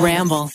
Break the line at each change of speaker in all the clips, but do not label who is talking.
Ramble.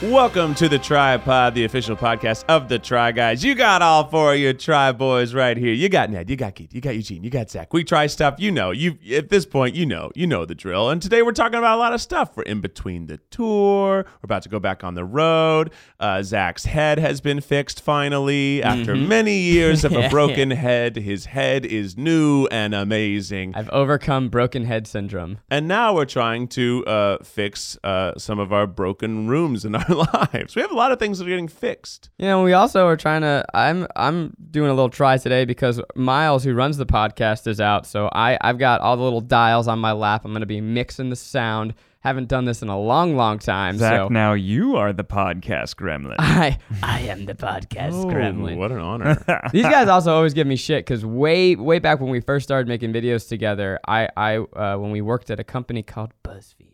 Welcome to the Tripod, the official podcast of the Try Guys. You got all four of your Tri Boys right here. You got Ned, you got Keith, you got Eugene, you got Zach. We try stuff, you know. You at this point, you know, you know the drill. And today we're talking about a lot of stuff. We're in between the tour. We're about to go back on the road. Uh, Zach's head has been fixed finally after many years of a broken head. His head is new and amazing.
I've overcome broken head syndrome.
And now we're trying to uh, fix uh, some of our broken rooms in our lives. We have a lot of things that are getting fixed.
You know, we also are trying to. I'm I'm doing a little try today because Miles, who runs the podcast, is out. So I I've got all the little dials on my lap. I'm gonna be mixing the sound. Haven't done this in a long, long time.
Zach,
so
now you are the podcast gremlin.
I I am the podcast
Ooh,
gremlin.
What an honor.
These guys also always give me shit because way way back when we first started making videos together, I I uh, when we worked at a company called BuzzFeed,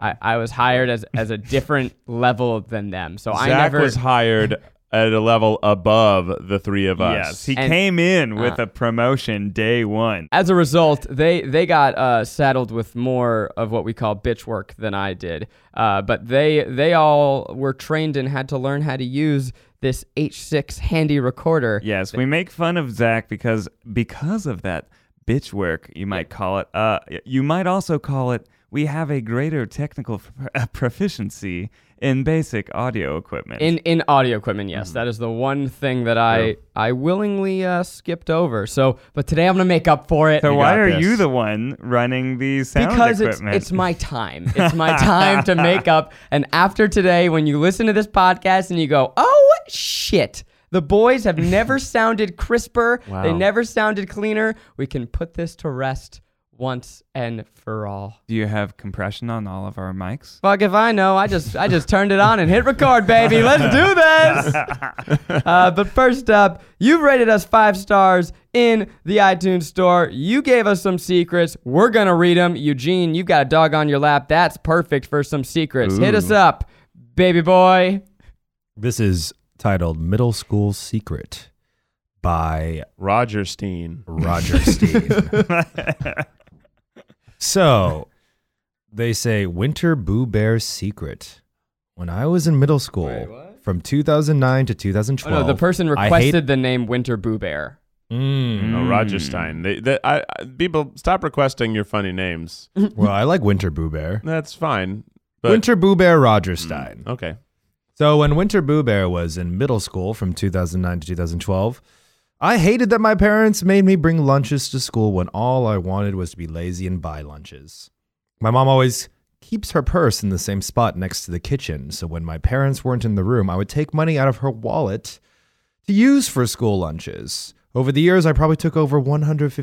I, I was hired as as a different level than them. So I
Zach
never
was hired at a level above the three of us.
yes, he
And- uh,
came in with a promotion day one.
as a result, they they got uh, saddled with more of what we call bitch work than I did. Uh, but they they all were trained and had to learn how to use this H6 handy recorder.
Yes, we make fun of Zach because because of that bitch work, you might call it. Uh, you might also call it. We have a greater technical pr- uh, proficiency in basic audio equipment.
In in audio equipment, yes,
Mm-hmm.
that is the one thing that I I willingly uh, skipped over. So, but today I'm gonna make up for it.
so why
got
are
this.
you the one running the sound
because it's,
equipment?
it's my time. It's my time to make up. And after today, when you listen to this podcast and you go, oh shit, the boys have never sounded crisper. They
Wow.
never sounded cleaner. We can put this to rest once and for all.
Do you have compression on all of our mics?
Fuck if I know. I just I just turned it on and hit record, baby. Let's do this. Uh, but first up, you've rated us five stars in the iTunes store. You gave us some secrets. We're gonna read them. Eugene, you've got a dog on your lap. That's perfect for some secrets. Hit us up, baby boy.
This is titled Middle School Secret by
Roger Steen.
Roger Steen. so they say Winter Boo Bear's Secret. When I was in middle school, from 2009 to
Oh
2012,
no, the person
I
requested
hate-
the name Winter Boo Bear.
Mm.
No,
Mm.
Roger Stein. They, they, I, I- people, stop requesting your funny names.
well, I like Winter Boo Bear.
That's fine. But,
Winter Boo Bear Roger Stein.
Okay.
So when Winter Boo Bear was in middle school from 2009 to 2012, I hated that my parents made me bring lunches to school when all I wanted was to be lazy and buy lunches. My mom always keeps her purse in the same spot next to the kitchen, so when my parents weren't in the room, I would take money out of her wallet to use for school lunches. Over the years, I probably took over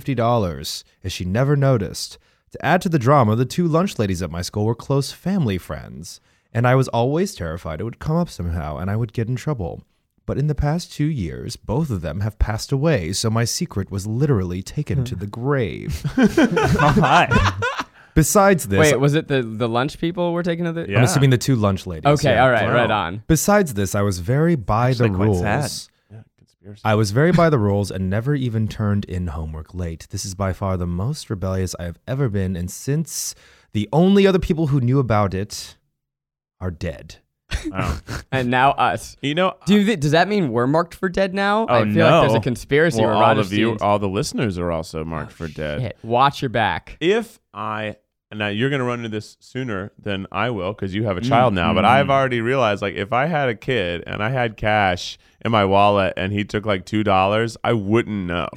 $150, as she never noticed. To add to the drama, the two lunch ladies at my school were close family friends, and I was always terrified it would come up somehow and I would get in trouble. But in the past two years, both of them have passed away, so my secret was literally taken
Hmm.
to the grave.
Oh, hi.
Besides this,
Wait, was it the the lunch people were taking to the?
Yeah.
I'm assuming the two lunch ladies.
Okay,
yeah.
all right,
Wow.
right on.
Besides this, I was very by
Actually
the
quite
rules.
sad.
Yeah, conspiracy.
I was very by the rules and never even turned in homework late. This is by far the most rebellious I have ever been, and since the only other people who knew about it are dead.
Oh.
And now us.
You know,
Do you thi- does that mean we're marked for dead now? I
Oh,
feel like there's
no.
a conspiracy.
well,
where
all,
Roger
the view,
Steen's- Oh,
all the listeners are also marked for dead.
Shit, Watch your back.
if I now you're going to run into this sooner than I will because you have a child now, but
Mm-hmm.
I've already realized like if I had a kid and I had cash in my wallet and he took like two dollars, I wouldn't know.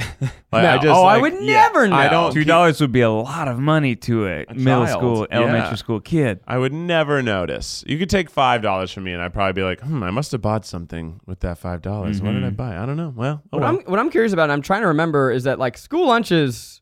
Like,
No. Oh, I would never
I
know.
don't.
Two dollars would be a lot of money to a, middle
child,
school,
yeah.
elementary school kid.
I would never notice. You could take five dollars from me, and I'd probably be like, "Hmm, I must have bought something with that five dollars. What
Mm-hmm.
did I buy? I don't know. Well, oh
What
well.
I'm what I'm curious about, and I'm trying to remember, is that like school lunches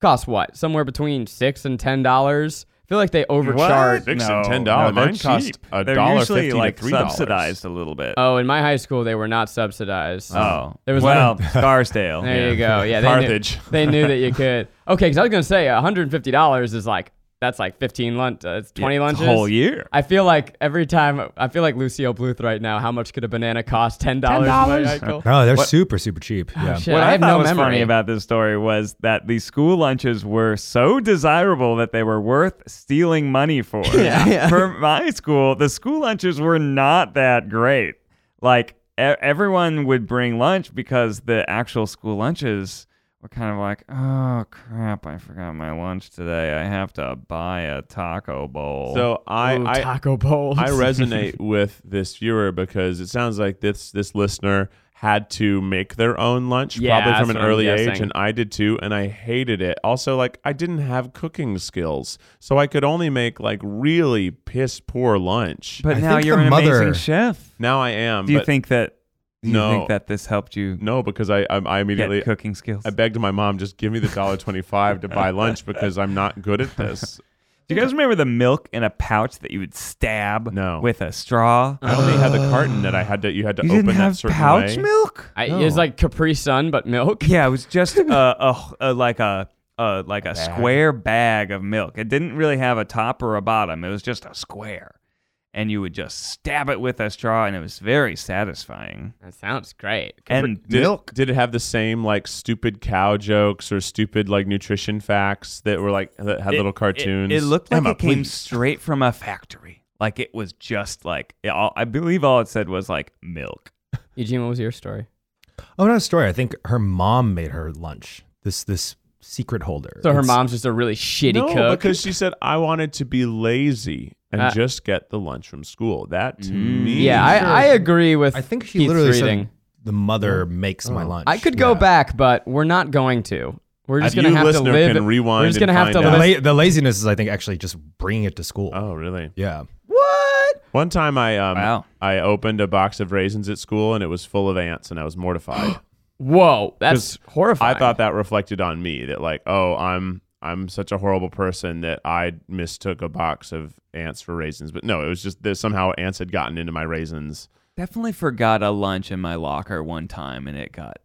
cost what? Somewhere between six and ten dollars. I feel like they overcharge.
Six and ten dollars.
they're
Mine cost
cheap.
a
They're
dollar
usually,
fifty to
like
three dollars.
subsidized a little bit.
Oh, in my high school, they were not subsidized.
oh,
there was
well,
one-
Scarsdale.
there you go. Yeah, they knew,
Carthage.
they knew that you could. Okay, because I was gonna say, 150 dollars is like that's like 15 lunch, uh, it's 20
It's
lunches.
a whole year.
I feel like every time I feel like Lucille Bluth right now. How much could a banana cost? Ten dollars.
$10?
No, Oh, they're
What-
super, super cheap. Yeah.
Oh, shit.
what
I
I,
have
thought
no
was
memory.
funny about this story was that the school lunches were so desirable that they were worth stealing money for.
Yeah.
For my school, the school lunches were not that great. Like e- everyone would bring lunch because the actual school lunches were kind of like, oh crap, I forgot my lunch today. I have to buy a taco bowl.
So I,
Ooh,
I
taco bowls.
I resonate with this viewer because it sounds like this this listener had to make their own lunch
Yeah,
probably from
that's
an
what I'm
early age
guessing.
and I did too and I hated it. Also like I didn't have cooking skills. So I could only make like really piss poor lunch.
but
I
now
think
you're
the
an
mother-
amazing chef.
now I am.
Do you
but
think that? Do you
No.
think that this helped you
no because I I, I immediately
get cooking skills?
I begged my mom just give me the dollar 25 to buy lunch because I'm not good at this.
Do you guys remember the milk in a pouch that you would stab
No.
with a straw?
I only had the carton that I had to you had to
you
open
didn't
that
have
certain
pouch
way.
milk?
I, It was like Capri Sun, but milk.
yeah, it was just a, a, a like a, a like a, square bag of milk. It didn't really have a top or a bottom. It was just a square. And you would just stab it with a straw and it was very satisfying.
That sounds great.
And
Did it-
milk
did it have the same like stupid cow jokes or stupid like nutrition facts that were like that had little
it-
cartoons?
It, looked like
Emma,
it came
please.
straight from a factory. Like it was just like it all, I believe all it said was like milk.
Eugene, what was your story?
Oh, not a story. I think her mom made her lunch. This this secret holder.
So her
It's-
mom's just a really shitty
no,
cook.
because she said I wanted to be lazy and
Ah.
Uh,
just get the lunch from school. That to
Mm.
me,
yeah, I, I agree with.
I think she
Keith's
literally
reading. Oh.
said the mother makes my lunch.
I could go
Yeah.
back, but we're not going to. We're just
Uh,
gonna
you
have to
listener
live.
can
we're
rewind
just
and
gonna have to
find
The,
out.
live.
la- the laziness is, I think, actually just bringing it to school.
Oh, really?
Yeah.
What?
One time I um
Wow.
I opened a box of raisins at school and it was full of ants and I was mortified.
Whoa, that's horrifying.
I thought that reflected on me that like, oh, I'm I'm such a horrible person that I mistook a box of ants for raisins. But no, it was just that somehow ants had gotten into my raisins.
Definitely forgot a lunch in my locker one time and it got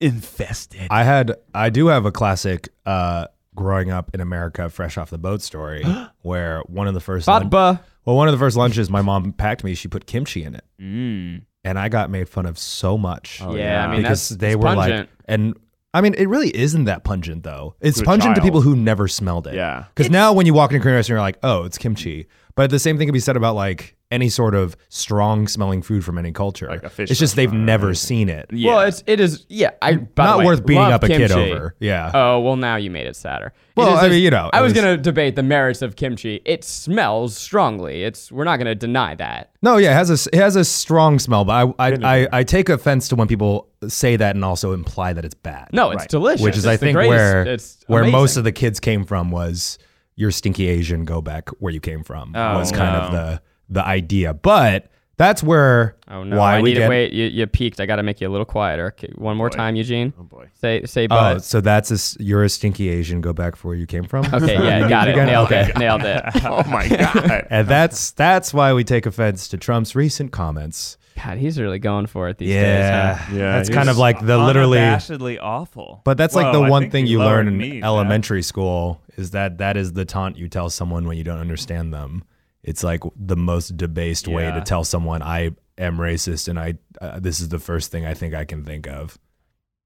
infested.
I had I do have a classic uh growing up in America fresh off the boat story where one of the first lun-
Fatba.
well one of the first lunches my mom packed me she put kimchi in it
Mm.
and I got made fun of so much
Oh,
yeah, I mean
because
that's
they
it's
were
pungent.
like and I mean it really isn't that pungent though it's
To a
pungent to
child.
people who never smelled it
Yeah.
because now when you walk into a Korean restaurant you're like oh it's kimchi but the same thing can be said about like any sort of strong smelling food from any culture
Like a fish
it's just they've
restaurant or
never
anything.
seen it
Yeah.
Well, it's it is yeah. I by the
not
way,
worth beating
love
up a kid
kimchi.
over yeah
Oh well, now you made it sadder. It
Well,
is
I
just-
mean, you know,
I
it
was
was-
gonna debate the merits of kimchi. It smells strongly. It's we're not gonna deny that.
No, yeah, it has a it has a strong smell, but I I, I, I take offense to when people say that and also imply that it's bad.
No, it's delicious.
which is
It's
I
the
think
greatest.
where
it's
where
amazing.
most of the kids came from was your stinky Asian go back where you came from
Oh,
was kind of
no.
the the idea, but that's where
Oh no!
why
I
we
need
get
to wait. You, you peaked. I got to make you a little quieter. Okay, one more time, Eugene.
Oh boy.
Say say
oh
but.
so that's a s you're a stinky Asian go back for where you came from.
okay, yeah, got it.
Again?
Nailed
Okay.
it. Nailed it.
Oh my god.
And that's that's why we take offense to Trump's recent comments.
God, he's really going for it these
Yeah,
days. huh?
Yeah,
that's
he's
kind of like the literally
unabashedly awful.
But that's like
Whoa,
the
I
one
think
thing
he
you
lowered
learn in
me, Pat.
elementary school is that that is the taunt you tell someone when you don't understand them. It's like the most debased way to
Yeah.
tell someone I am racist and I uh, this is the first thing I think I can think of.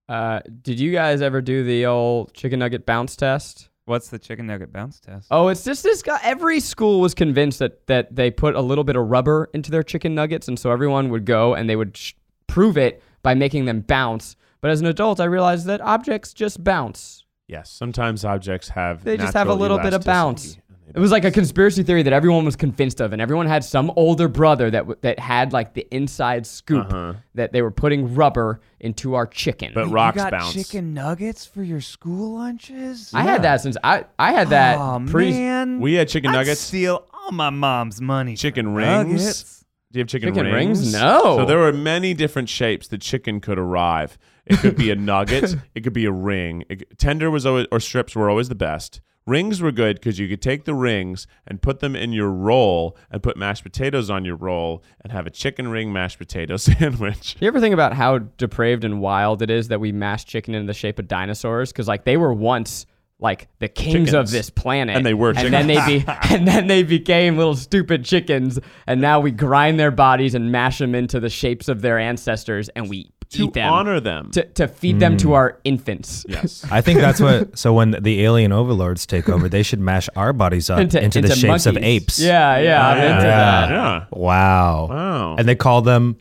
Uh, did you guys ever do the old chicken nugget bounce test?
What's the chicken nugget bounce test?
Oh, it's just this guy. Every school was convinced that that they put a little bit of rubber into their chicken nuggets, and so everyone would go and they would sh- prove it by making them bounce. But as an adult, I realized that objects just bounce.
yes, sometimes objects have
They just have a
natural
little bit of bounce.
elasticity.
It was like a conspiracy theory that everyone was convinced of, and everyone had some older brother that w- that had like the inside scoop that they were putting rubber into our chicken.
But rocks bounce.
nuggets for your school lunches?
I had that since I I had that pre
man.
We had chicken
I'd
nuggets.
steal all my mom's money. for
Chicken rings?
nuggets.
Do you have chicken,
Chicken
rings?
rings? No.
So there were many different shapes the chicken could arrive. It could be a nugget. It could be a ring. It, c- tender was always, or strips were always the best. Rings were good because you could take the rings and put them in your roll and put mashed potatoes on your roll and have a chicken ring mashed potato sandwich.
You ever think about how depraved and wild it is that we mash chicken in the shape of dinosaurs? Because like they were once like the kings of
Chickens.
this planet,
And they were
and then they be, and then they became little stupid chickens, and now we grind their bodies and mash them into the shapes of their ancestors, and we
to
eat them
honor them.
to, to feed them
Mm.
to our infants.
yes.
I think that's what. So when the alien overlords take over, they should mash our bodies up into, the shapes of
monkeys.
apes.
Yeah, yeah, I'm
Yeah.
into
Yeah.
that.
Yeah.
Wow.
Wow.
And they call them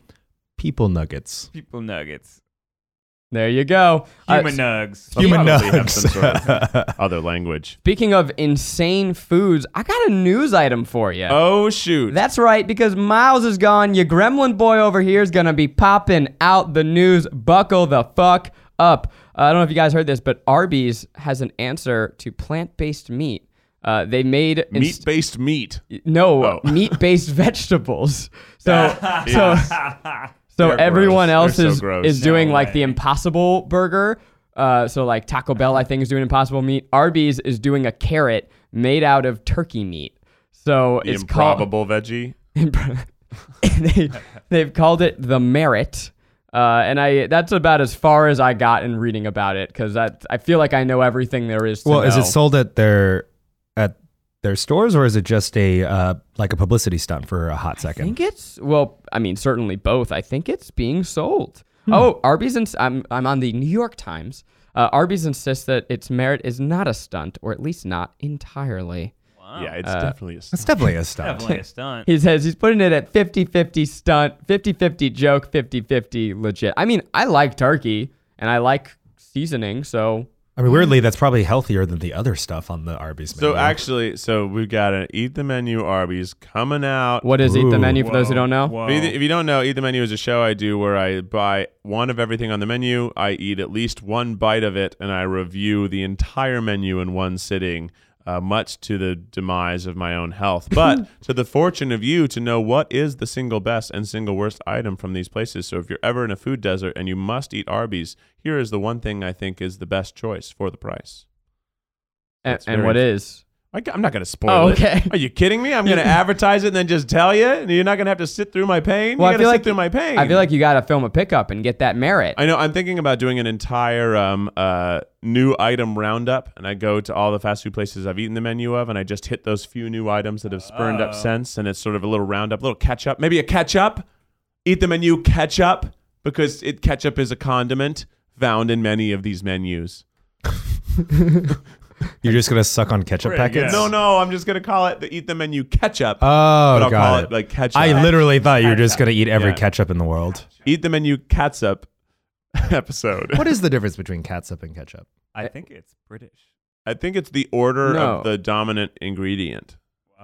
people nuggets.
People nuggets.
There you go. Uh,
Human nugs.
They'll
Human
probably have
nugs.
some sort of other language.
speaking of insane foods, I got a news item for you.
Oh shoot.
That's right, because Miles is gone. Your gremlin boy over here is going to be popping out the news. Buckle the fuck up. Uh, I don't know if you guys heard this, but Arby's has an answer to plant based meat. Uh, they made inst-
meat based meat.
no
Oh.
meat based vegetables. So so so
They're
everyone
gross.
else
They're so
is
gross.
is doing
No
like
way.
the Impossible Burger. Uh, so like Taco Bell, I think is doing Impossible meat. Arby's is doing a carrot made out of turkey meat. So
The
it's called.
improbable veggie.
Impro- they, they've called it the merit. Uh, and I that's about as far as I got in reading about it because I feel like I know everything there is. To
Well, is
know.
it sold at their at their stores or is it just a uh, like a publicity stunt for a hot
I
second?
think it's well. I mean, certainly both. I think it's being sold.
Hmm.
Oh, Arby's. Ins- I'm I'm on the New York Times. Uh, Arby's insists that its merit is not a stunt, or at least not entirely.
Yeah,
Uh,
it's definitely a
That's definitely a stunt.
Definitely a stunt.
He says he's putting it at 50-50 stunt, 50-50 joke, 50-50 legit. I mean, I like turkey and I like seasoning, so
I mean, weirdly, that's probably healthier than the other stuff on the Arby's menu.
So actually, so we've got to eat the menu Arby's coming out.
what is eat the
Ooh.
menu for those who
Whoa,
don't know?
whoa.
If you, if you don't know, Eat the Menu is a show I do where I buy one of everything on the menu. I eat at least one bite of it, and I review the entire menu in one sitting, uh, much to the demise of my own health, but to the fortune of you to know what is the single best and single worst item from these places. So if you're ever in a food desert and you must eat Arby's, here is the one thing I think is the best choice for the price.
And,
It's
and
very
what is?
I, am not going to spoil
Oh,
it.
okay.
Are you kidding me? I'm going to advertise it and then just tell you, and you're not going to have to sit through my pain.
Well, I
you
feel
got to sit
like-
through my pain.
I feel like you got to film a pickup and get that merit.
I know. I'm thinking about doing an entire um, uh, new item roundup, and I go to all the fast food places I've eaten the menu of, and I just hit those few new items that have spurned up since, and it's sort of a little roundup, little catch up, maybe a catch up. Eat the menu catch up because it ketchup is a condiment found in many of these menus.
you're just gonna suck on ketchup
Pretty good.
packets.
No, no, I'm just gonna call it the eat the menu ketchup,
Oh,
but I'll
got
call
it.
it like ketchup.
I literally thought you were just gonna eat every
Yeah.
ketchup in the world.
eat the menu catsup episode.
What is the difference between catsup and ketchup?
I think it's British.
I think it's the order
No.
of the dominant ingredient.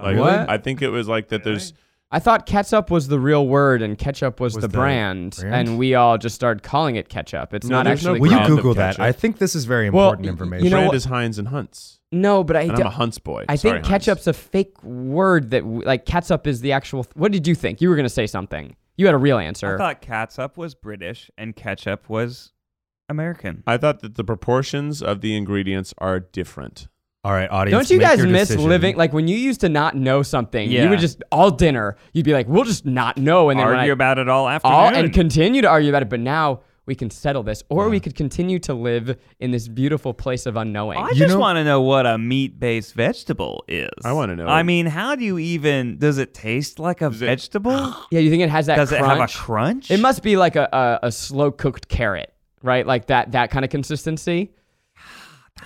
Like,
What?
I think it was like that. There's
I thought ketchup was the real word and ketchup was,
Was
the,
the
brand,
brand?
and we all just started calling it ketchup. It's
No,
not
there's no
actually.
Will you
Ground of
Google that?
ketchup.
I think this is very
Well,
important
y- y-
information.
you know
brand
what?
is Heinz and Hunts,
no, but I,
and
do-
I'm a Hunts boy.
I
Sorry,
think
Hunts.
ketchup's a fake word that w- like ketchup is the actual. Th- what did you think? You were gonna say something. You had a real answer.
I thought catsup was British and ketchup was American.
I thought that the proportions of the ingredients are different.
All right, audience.
Don't you
make
guys
your
miss
decision.
living like when you used to not know something? You
Yeah.
would just all dinner. You'd be like, "We'll just not know," and then when
Argue
I-
about it all afternoon.
all and continue to argue about it. But now we can settle this, or we could continue to live in this beautiful place of unknowing.
I
You
just
know-
want to know what a meat-based vegetable is.
I wanna know.
I mean, how do you even? Does it taste like a
it-
vegetable?
yeah, you think it has that?
does it have a
crunch?
crunch?
It must be like a, a, a slow cooked carrot, right? Like that that kind of consistency.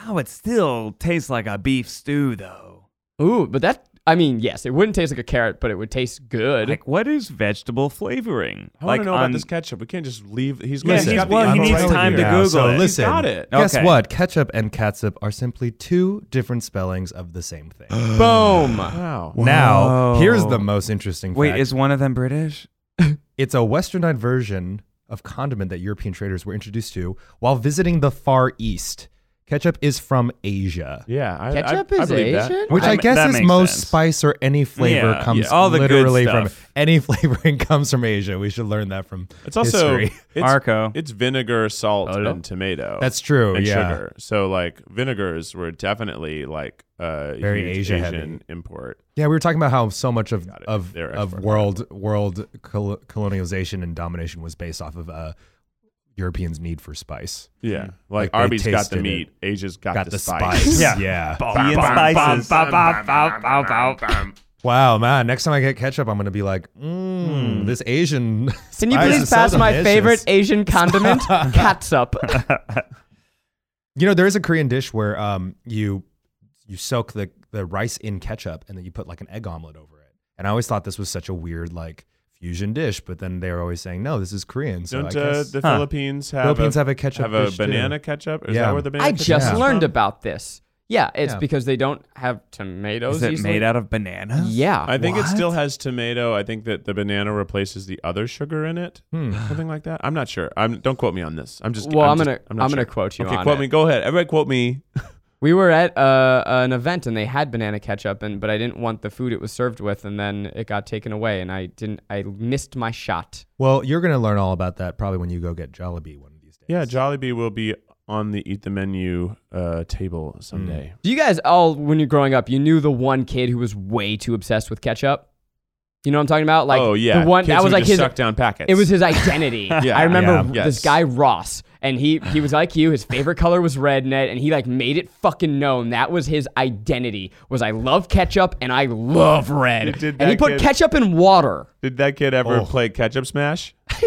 Oh, it still tastes like a beef stew, though.
Ooh, but that I mean, yes, it wouldn't taste like a carrot, but it would taste good.
Like, what is vegetable flavoring?
I want
like,
to know about
on-
this ketchup. We can't just leave. He's
Yeah,
got-
he's-
got the
well, he
info
needs
right
time
here.
to
Yeah,
Google
so
it.
Listen,
He's got it.
Guess
Okay.
what? Ketchup and catsup are simply two different spellings of the same thing.
Boom.
Wow.
now, here's
Whoa.
the most interesting.
Wait,
fact.
is one of them British?
It's a westernized version of condiment that European traders were introduced to while visiting the Far East. Ketchup is from Asia,
Yeah, I,
Ketchup
I, I
is
believe that.
Asian?
which
That
I
ma-
guess
that
is
makes
most
sense.
spice or any flavor
Yeah,
comes
yeah, all the good
literally from
stuff.
any flavoring comes from Asia. We should learn that from
It's also
history.
it's,
Marco.
It's vinegar, salt,
Hello?
and tomato.
That's true.
and
Oh, yeah.
sugar. So like vinegars were definitely like a
Very
huge
Asia
Asian
heavy.
import.
Yeah, we were talking about how so much of
Got it.
of,
Their
of
export.
world world col- colonialization and domination was based off of uh, Europeans need for spice.
Hmm.
Yeah, like,
Like, they
Arby's got the
tasted it.
meat, Asia's got,
Got
the,
the
spice.
spice.
Yeah.
yeah.
Bee and spices.
Wow, man. Next time I get ketchup, I'm gonna be like,
Hmm.
mmm, this Asian.
Can you
spice
please
is so
pass my
delicious."
favorite Asian condiment, catsup?
You know, there is a Korean dish where um you you soak the the rice in ketchup and then you put like an egg omelet over it. And I always thought this was such a weird like fusion dish, but then they were always saying, no, this is Korean. So I
Don't uh,
guess
the
Huh.
Philippines have
Philippines
a,
have a ketchup
have a
dish, too.
banana ketchup? Is
Yeah.
that where the banana?
I
ketchup
just
is
learned
from?
about this. Yeah, it's
Yeah.
because they don't have tomatoes.
Is it
easily.
made out of bananas?
Yeah.
I think it
What?
still has tomato. I think that the banana replaces the other sugar in it,
Hmm.
something like that. I'm not sure. I'm don't quote me on this. I'm just.
well, I'm,
just-
gonna I'm,
not
gonna
sure.
quote you
Okay,
on
quote
it.
me. Go ahead. Everybody, quote me.
We were at uh, an event and they had banana ketchup, and but I didn't want the food it was served with, and then it got taken away, and I didn't. I missed my shot.
Well, you're gonna learn all about that probably when you go get Jollibee one of these days.
Yeah, Jollibee will be on the eat the menu uh, table someday.
Do you guys all, when you're growing up, you knew the one kid who was way too obsessed with ketchup? You know what I'm talking about? Like
oh yeah,
the one
Kids
that
who
was like
just
his
suck down packets.
It was his identity.
Yeah.
I remember
Yeah.
this
Yes.
guy Ross, and he he was like you. His favorite color was red, Ned, and he like made it fucking known that was his identity. Was I love ketchup and I love red.
Did- did
and he
that
put
kid-
ketchup in water.
Did that kid ever
Oh.
play ketchup smash?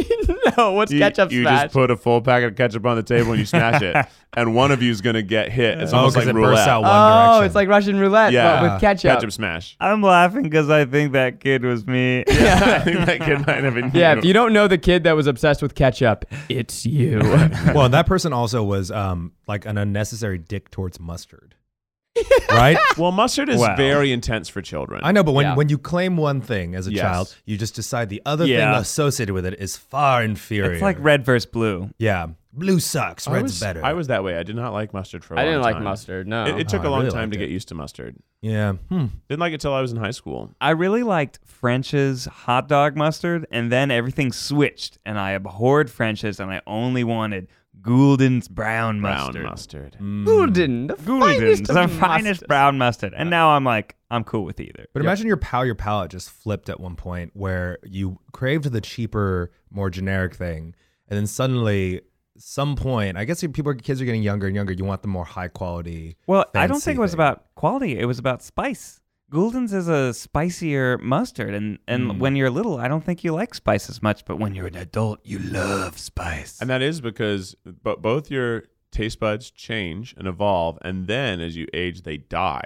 no, what's
You-
ketchup
you
smash?
just put a full packet of ketchup on the table and you smash it, and one of you's gonna get hit. It's
Oh,
almost
'cause
like
it bursts
roulette.
out one
oh,
direction.
it's like Russian roulette,
Yeah,
but with ketchup.
ketchup smash.
I'm laughing because I think that kid was me.
Yeah, I think that kid might have been.
Yeah, if you don't know the kid that was obsessed with ketchup, it's you.
well, that person also was um like an unnecessary dick towards mustard. right?
Well, mustard is
Wow.
very intense for children.
I know, but when,
Yeah.
when you claim one thing as a
Yes.
child, you just decide the other
Yeah.
thing associated with it is far inferior.
It's like red versus blue.
yeah, blue sucks.
I
Red's
was,
better.
I was that way. I did not like mustard for. I
I didn't like mustard. No,
It, it took
Oh,
a
I
long
really
time to
liked
get
it.
used to mustard.
yeah. Hmm.
Didn't like it till I was in high school.
I really liked French's hot dog mustard, and then everything switched, and I abhorred French's, and I only wanted Goulden's brown
Brown
mustard.
mustard.
Golden, the
Goulden's,
finest
the
of
finest
mustard.
brown mustard. And now I'm like, I'm cool with either.
But imagine your pal, your palate just flipped at one point where you craved the cheaper, more generic thing, and then suddenly, some point, I guess if people, kids are getting younger and younger. You want the more high quality.
Well, I don't
fancy
think it was
thing.
about quality. It was about spice. Goulden's is a spicier mustard, and, and
Mm.
when you're little, I don't think you like spice as much. But when you're an adult, you love spice.
And that is because but both your taste buds change and evolve, and then as you age, they die.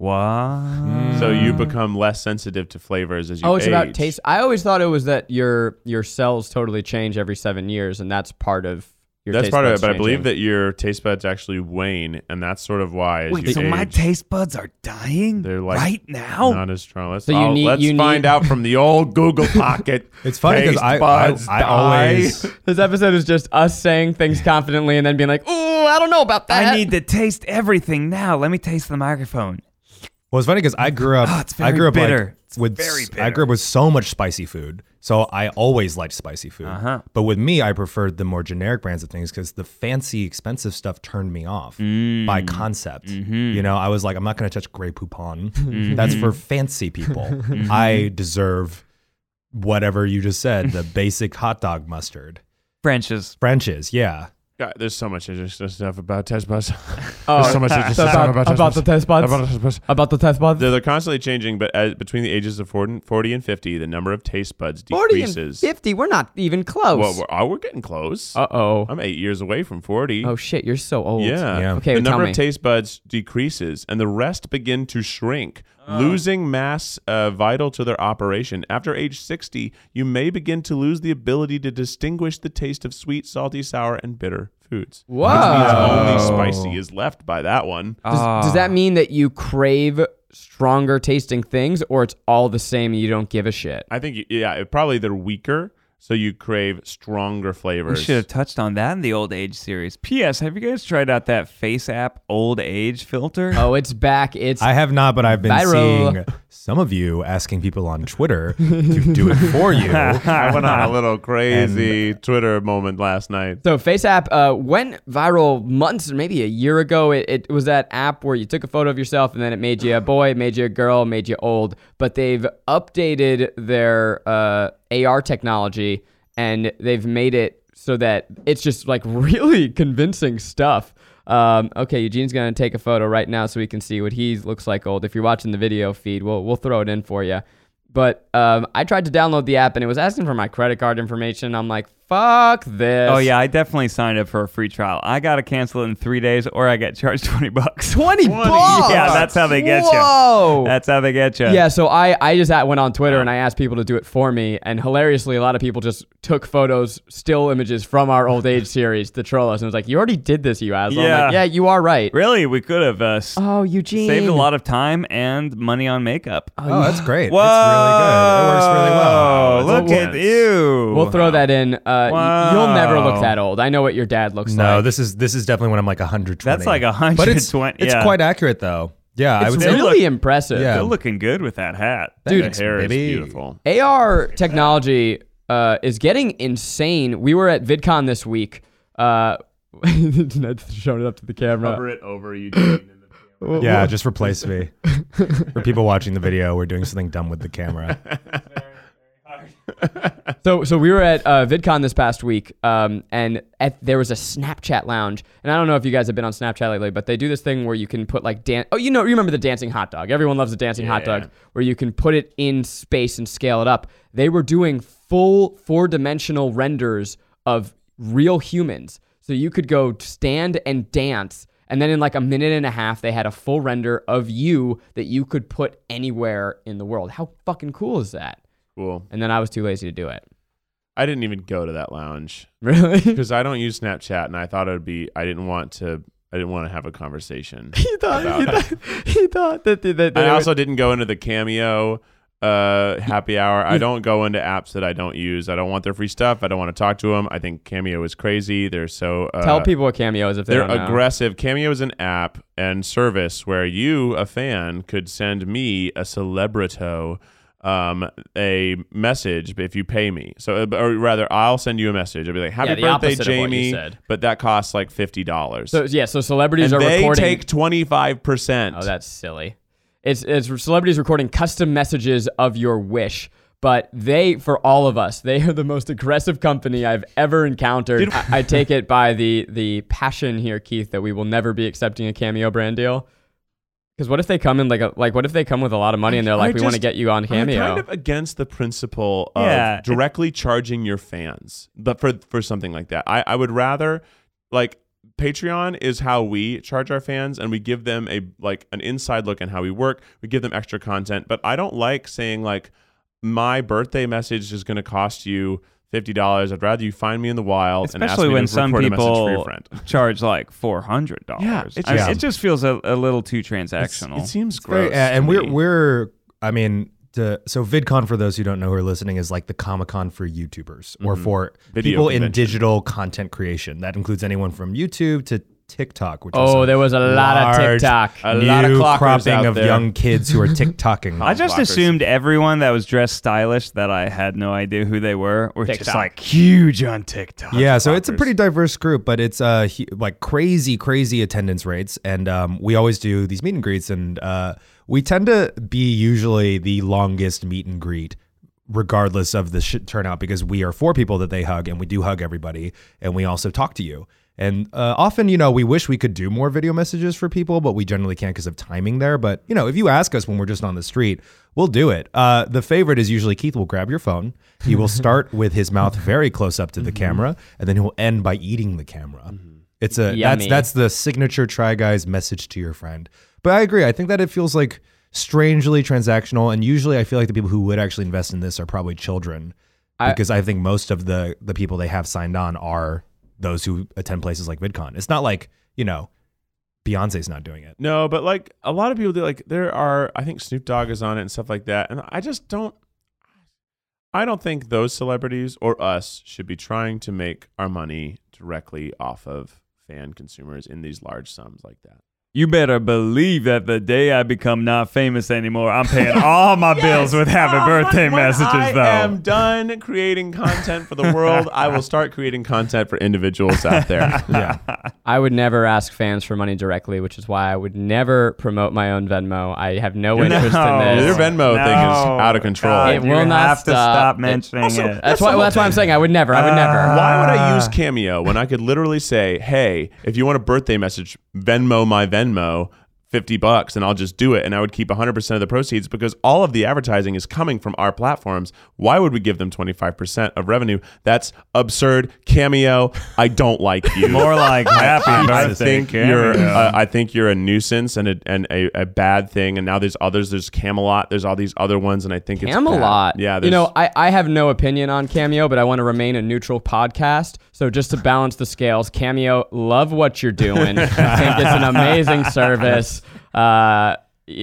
Wow.
Mm. So you become less sensitive to flavors as you
Oh, it's about
age.
taste. I always thought it was that your your cells totally change every seven years, and that's part of your.
That's
taste
part of
buds
it, but I believe
changing.
that your taste buds actually wane, and that's sort of why as you
Wait, so
age,
my taste buds are dying
They're like
right now?
not as strong. Let's,
So you
I'll-
need-
let's
you
find
need-
out from the old Google Pocket.
It's funny because
Taste
I, I,
buds
I
die.
always
this episode is just us saying things confidently and then being like, "Ooh, I don't know about that."
I need to taste everything now. Let me taste the microphone.
Well, it's funny because I grew up.
Oh, it's
I
very
grew up like,
bitter. It's
with.
very
I
bitter.
grew up with so much spicy food, so I always liked spicy food.
Uh-huh.
But with me, I preferred the more generic brands of things because the fancy, expensive stuff turned me off
Mm.
by concept.
Mm-hmm.
You know, I was like, I'm not going to touch Grey Poupon. That's for fancy people.
Mm-hmm.
I deserve whatever you just said, the basic hot dog mustard,
French's.
French's. Yeah,
God, there's so much interesting stuff about taste buds.
Oh,
There's so much interesting stuff about, taste buds. About
test
taste buds.
About the test buds.
They're, they're constantly changing, but as, between the ages of 40, 40 and 50, the number of taste buds
Forty
decreases.
and fifty. We're not even close.
Well, we're, oh, we're getting close.
uh oh.
I'm eight years away from 40.
Oh shit, you're so old.
yeah.
Yeah.
Okay,
the
tell
number
me.
of taste buds decreases, and the rest begin to shrink, losing mass uh, vital to their operation. After age 60, you may begin to lose the ability to distinguish the taste of sweet, salty, sour, and bitter foods.
Whoa.
Only spicy is left by that one.
Does,
Ah.
does that mean that you crave stronger tasting things, or it's all the same and you don't give a shit?
I think, yeah, it- probably they're weaker, so you crave stronger
We
flavors.
should have touched on that in the old age series. P.S. Have you guys tried out that face app old age filter?
Oh, it's back. It's
I have not, but I've been
Viral.
seeing some of you asking people on Twitter to do it for you.
I went on a little crazy Twitter moment last night.
So FaceApp uh, went viral months, maybe a year ago. It, it was that app where you took a photo of yourself and then it made you a boy, it made you a girl, it made you old. But they've updated their uh, AR technology and they've made it so that it's just like really convincing stuff. Um, okay, Eugene's gonna take a photo right now so we can see what he looks like old. If you're watching the video feed, we'll we'll throw it in for you. But um, I tried to download the app and it was asking for my credit card information. I'm like, fuck this.
Oh yeah, I definitely signed up for a free trial. I gotta cancel it in three days, or I get charged twenty bucks.
20 bucks.
Yeah, that's how they get you.
Whoa.
That's how they get you.
Yeah, so I, I just at- went on Twitter and I asked people to do it for me. And hilariously, a lot of people just took photos, still images from our old age series to troll us. And it was like, You already did this, you asshole. I'm like,
Yeah.
yeah, you are right.
Really, we could have uh, s-
Oh, Eugene.
saved a lot of time and money on makeup.
Oh, that's great. That's really good. It works really well.
Whoa, Look at
this.
you.
We'll throw that in. Uh, y- You'll never look that old. I know what your dad looks
No,
like.
this is this is definitely when I'm like 120.
That's like
But it's
120,
it's
yeah.
quite accurate though. Yeah, I would
it's
say.
really
look-
impressive.
Yeah.
Still looking good with that hat,
Dude,
The hair
baby.
is beautiful.
AR technology uh, is getting insane. We were at VidCon this week. Uh, Ned's showing it up to the camera.
it over Eugene.
Yeah, just replace me. For people watching the video, we're doing something dumb with the camera.
So, so we were at uh, VidCon this past week, um, and at, there was a Snapchat lounge. And I don't know if you guys have been on Snapchat lately, but they do this thing where you can put like dance. Oh, you know, you remember the dancing hot dog? Everyone loves the dancing hot dog, where you can put it in space and scale it up. They were doing full four dimensional renders of real humans, so you could go stand and dance. And then in like a minute and a half, they had a full render of you that you could put anywhere in the world. How fucking cool is that?
Cool.
And then I was too lazy to do it.
I didn't even go to that lounge
Really? you
because I don't use Snapchat, and I thought it would be. I didn't want to. I didn't want to have a conversation.
thought, he, thought, he thought that, that, that
I
it
also didn't go into the cameo uh happy hour i don't go into apps that i don't use i don't want their free stuff i don't want to talk to them i think cameo is crazy they're so uh,
would- tell people what Cameo is if they
they're
don't know.
aggressive cameo is an app and service where you a fan could send me a celebrito um a message if you pay me so uh, or rather i'll send you a message i'll be like happy
the
birthday
opposite of what you
jamie
said.
but that costs like $50
So yeah, so celebrities
and
are
they
recording.
take 25%
oh, that's silly. It's it's celebrities recording custom messages of your wish. But they, for all of us, they are the most aggressive company I've ever encountered. I, I take it by the the passion here, Keith, that we will never be accepting a cameo brand deal. Because what if they come in like a, like what if they come with a lot of money and they're like,
I
we want to
just-
get you on cameo?
I'm kind of against the principle of
Yeah, it-
directly charging your fans but for for something like that. I, I would rather like Patreon is how we charge our fans and we give them a like an inside look on how we work. We give them extra content, but I don't like saying like my birthday message is going to cost you fifty dollars. I'd rather you find me in the wild and ask
Especially
me
when
to
some
record a message for your
people
friend.
charge like four hundred dollars.
Yeah, it
I mean,
just-
it just feels a, a little too
It's-
transactional.
It seems
Very-
gross.
uh, and
to
we're
me.
we're I mean to, so VidCon for those who don't know who are listening is like the Comic Con for YouTubers or for
Video
people in
convention.
digital content creation. That includes anyone from YouTube to TikTok, which
Oh,
is
there was a lot of
large
TikTok.
A lot of
new
clockers
cropping
out
of
there.
young kids who are TikToking.
I just
blockers.
assumed everyone that was dressed stylish that I had no idea who they were were
TikTok.
just like huge on TikTok.
yeah, so it's a pretty diverse group, but it's uh hu- like crazy, crazy attendance rates, and um, we always do these meet and greets, and uh, we tend to be usually the longest meet and greet, regardless of the shit turnout, because we are four people that they hug, and we do hug everybody, and we also talk to you. And uh, often, you know, we wish we could do more video messages for people, but we generally can't because of timing there. But, you know, if you ask us when we're just on the street, we'll do it. Uh, the favorite is usually Keith will grab your phone. He will start with his mouth very close up to the camera, and then he'll end by eating the camera. It's a
Yummy.
that's that's the signature try guys message to your friend. But I agree. I think that it feels like strangely transactional, and usually I feel like the people who would actually invest in this are probably children,
I-
because I think most of the the people they have signed on are those who attend places like VidCon. It's not like you know, Beyonce's not doing it.
No, but like a lot of people do. Like there are, I think Snoop Dogg is on it and stuff like that. And I just don't. I don't think those celebrities or us should be trying to make our money directly off of fan consumers in these large sums like that.
You better believe that the day I become not famous anymore, I'm paying all my bills with happy
Oh,
birthday
when- when
messages,
I
though.
am done creating content for the world. I will start creating content for individuals out there.
Yeah.
I would never ask fans for money directly, which is why I would never promote my own Venmo. I have no interest in
Your
this.
Venmo thing is out of control.
God,
It
you
will not
have to
stop.
stop
It-
mentioning it.
That's why. That's why I'm saying I would never. I would never.
Why would I
Ah.
use Cameo when I could literally say, "Hey, if you want a birthday message, Venmo my Venmo." 50 bucks and I'll just do it and I would keep 100% of the proceeds because all of the advertising is coming from our platforms. Why would we give them 25% of revenue? That's absurd. Cameo, I don't like you.
More like happy birthday.
I think
Cameo.
you're uh, I think you're a nuisance and a, and a, a bad thing and now there's others there's Camelot, there's all these other ones and I think it's
Camelot.
bad. Yeah,
You
there's-
know, I, I have no opinion on Cameo, but I want to remain a neutral podcast. So just to balance the scales, Cameo, love what you're doing. I think it's an amazing service. Uh,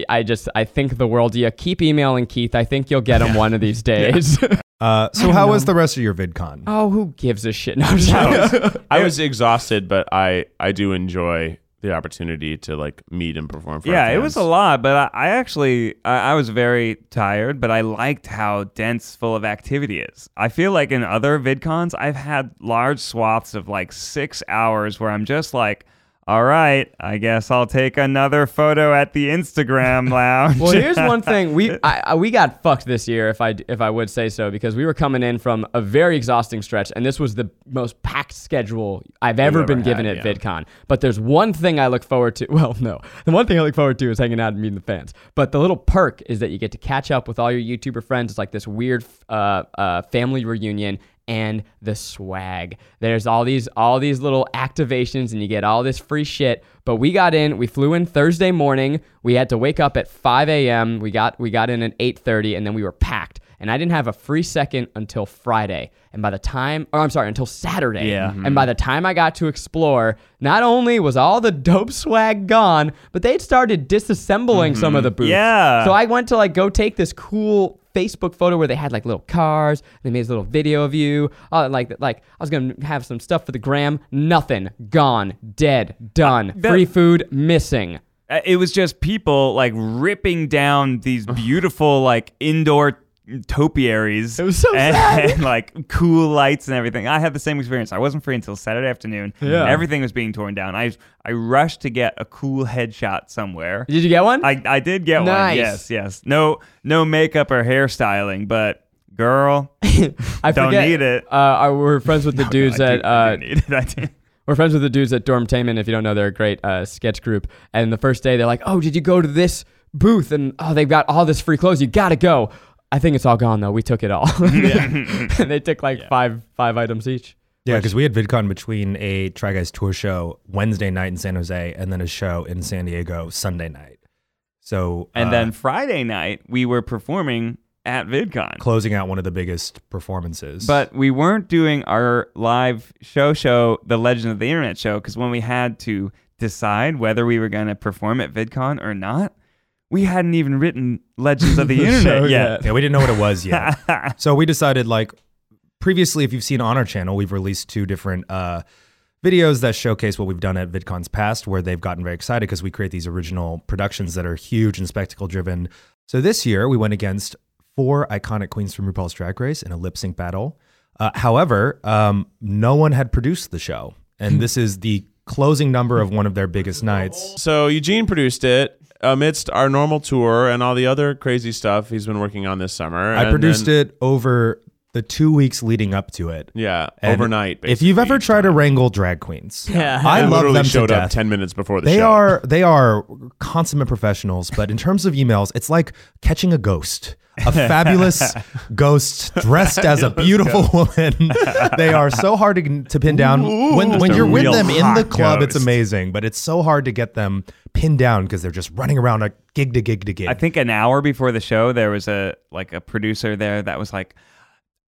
I just I think the world. Yeah, keep emailing Keith. I think you'll get him one of these days.
Uh, so how was the rest of your VidCon?
Uh,
oh, who gives a shit? No, I'm just kidding.
I was exhausted, but I I do enjoy the opportunity to like meet and perform. for our
yeah, it
fans.
was a lot, but I, I actually I, I was very tired, but I liked how dense, full of activity is. I feel like in other VidCons, I've had large swaths of like six hours where I'm just like. All right, I guess I'll take another photo at the Instagram lounge.
Well, here's one thing we I, I, we got fucked this year, if I if I would say so, because we were coming in from a very exhausting stretch, and this was the most packed schedule I've ever
ever
been given
had,
at
yeah.
VidCon. But there's one thing I look forward to. Well, no, the one thing I look forward to is hanging out and meeting the fans. But the little perk is that you get to catch up with all your YouTuber friends. It's like this weird uh, uh, family reunion. And the swag. There's all these all these little activations, and you get all this free shit. But we got in. We flew in Thursday morning. We had to wake up at 5 a.m. We got we got in at 8:30, and then we were packed. And I didn't have a free second until Friday. And by the time, or I'm sorry, until Saturday.
Yeah. Mm-hmm.
And by the time I got to explore, not only was all the dope swag gone, but they'd started disassembling some of the booths.
Mm-hmm. Yeah.
So I went to like go take this cool Facebook photo where they had like little cars. They made this little video of you. Uh, like like I was gonna have some stuff for the gram. Nothing. Gone. Dead. Done.
that-
Free food missing.
Uh, it was just people like ripping down these beautiful like indoor topiaries. It
was so
and,
sad.
and, like cool lights and everything. I had the same experience. I wasn't free until Saturday afternoon.
Yeah.
Everything was being torn down. I I rushed to get a cool headshot somewhere.
Did you get one?
I, I did get one.
Nice.
Yes, yes. No no makeup or hairstyling, but girl,
I
don't
forget,
need it.
Uh, I- we're friends with the dudes
I do-
at
I
uh,
do need it. I do.
We're friends with the dudes at Dormtainment. If you don't know, they're a great uh, sketch group. And the first day, they're like, "Oh, did you go to this booth? And oh, they've got all this free clothes. You gotta go." I think it's all gone though. We took it all. and they took like five five items each.
Yeah, because we had VidCon between a Try Guys tour show Wednesday night in San Jose and then a show in San Diego Sunday night. So
And
uh,
then Friday night we were performing at VidCon.
closing out one of the biggest performances.
But we weren't doing our live show show, the Legend of the Internet show, because when we had to decide whether we were going to perform at VidCon or not, we hadn't even written Legends of the, Internet
show
yet.
yeah, we didn't know what it was yet. so we decided like previously, if you've seen on our channel, we've released two different uh, videos that showcase what we've done at VidCon's past, where they've gotten very excited because we create these original productions that are huge and spectacle driven. So this year we went against four iconic queens from RuPaul's Drag Race in a lip sync battle. Uh, however, um, no one had produced the show, and this is the closing number of one of their biggest nights.
So Eugene produced it amidst our normal tour and all the other crazy stuff he's been working on this summer.
I produced it over the two weeks leading up to it.
Yeah,
And
overnight.
If you've ever
basically.
tried to wrangle drag queens,
Yeah.
I, love
literally
them
showed
to
up
death.
ten minutes before the
they
show.
are they are consummate professionals, but in terms of emails, it's like catching a ghost. A fabulous ghost dressed as a beautiful woman. they are so hard to, to pin down. when when
Just a
you're with
real
them in
hot
the club, it's
ghost.
amazing, but it's so hard to get them pinned down because they're just running around a gig to gig to gig.
I think an hour before the show, there was a like a producer there that was like,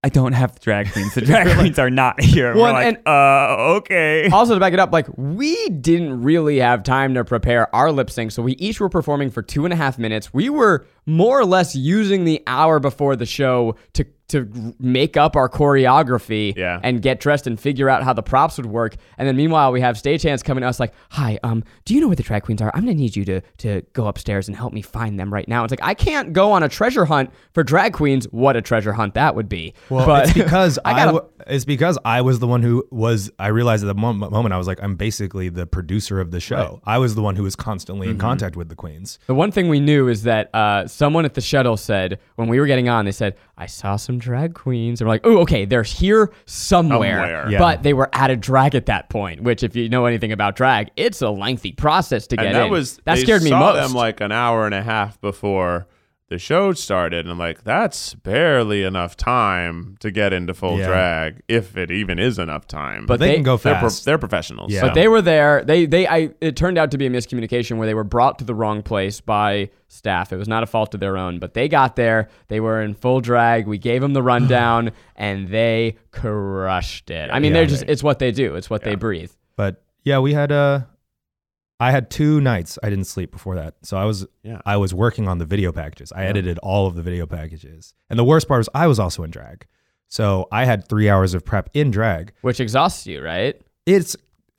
"I don't have the drag queens. The drag queens are not here."
Well,
we're like,
and-
"Uh, okay."
Also, to back it up, like we didn't really have time to prepare our lip sync, so we each were performing for two and a half minutes. We were more or less using the hour before the show to to make up our choreography
Yeah.
and get dressed and figure out how the props would work. And then meanwhile, we have stagehands coming to us like, "Hi, um, do you know where the drag queens are? I'm gonna need you to to go upstairs and help me find them right now." It's like I can't go on a treasure hunt for drag queens. What a treasure hunt that would be!
Well,
but
it's because I,
gotta-
wa- it's because I was the one who was. I realized at the mom- moment I was like, I'm basically the producer of the show. I was the one who was constantly in contact with the queens.
The one thing we knew is that uh, someone at the shuttle said when we were getting on, they said, "I saw some drag queens," and we're like, "Oh, okay, they're here somewhere."
Somewhere.
Yeah.
But they were out of drag at that point, which, if you know anything about drag, it's a lengthy process to get
and that
in.
was
that
they
scared me
saw
most.
them like an hour and a half before the show started, and I'm like, that's barely enough time to get into full
Yeah.
drag, if it even is enough time.
But
They,
They-
can go
they're pro-
fast.
they're professionals.
Yeah.
but they were there. They they I it turned out to be a miscommunication where they were brought to the wrong place by staff. It was not a fault of their own, but they got there. They were in full drag. We gave them the rundown, and they crushed it. I mean,
Yeah.
they're just it's what they do. It's what they breathe.
but yeah, we had Uh, I had two nights I didn't sleep before that, so I was
Yeah.
I was working on the video packages. I edited all of the video packages, and the worst part was I was also in drag, so I had three hours of prep in drag.
which exhausts you, right?
it's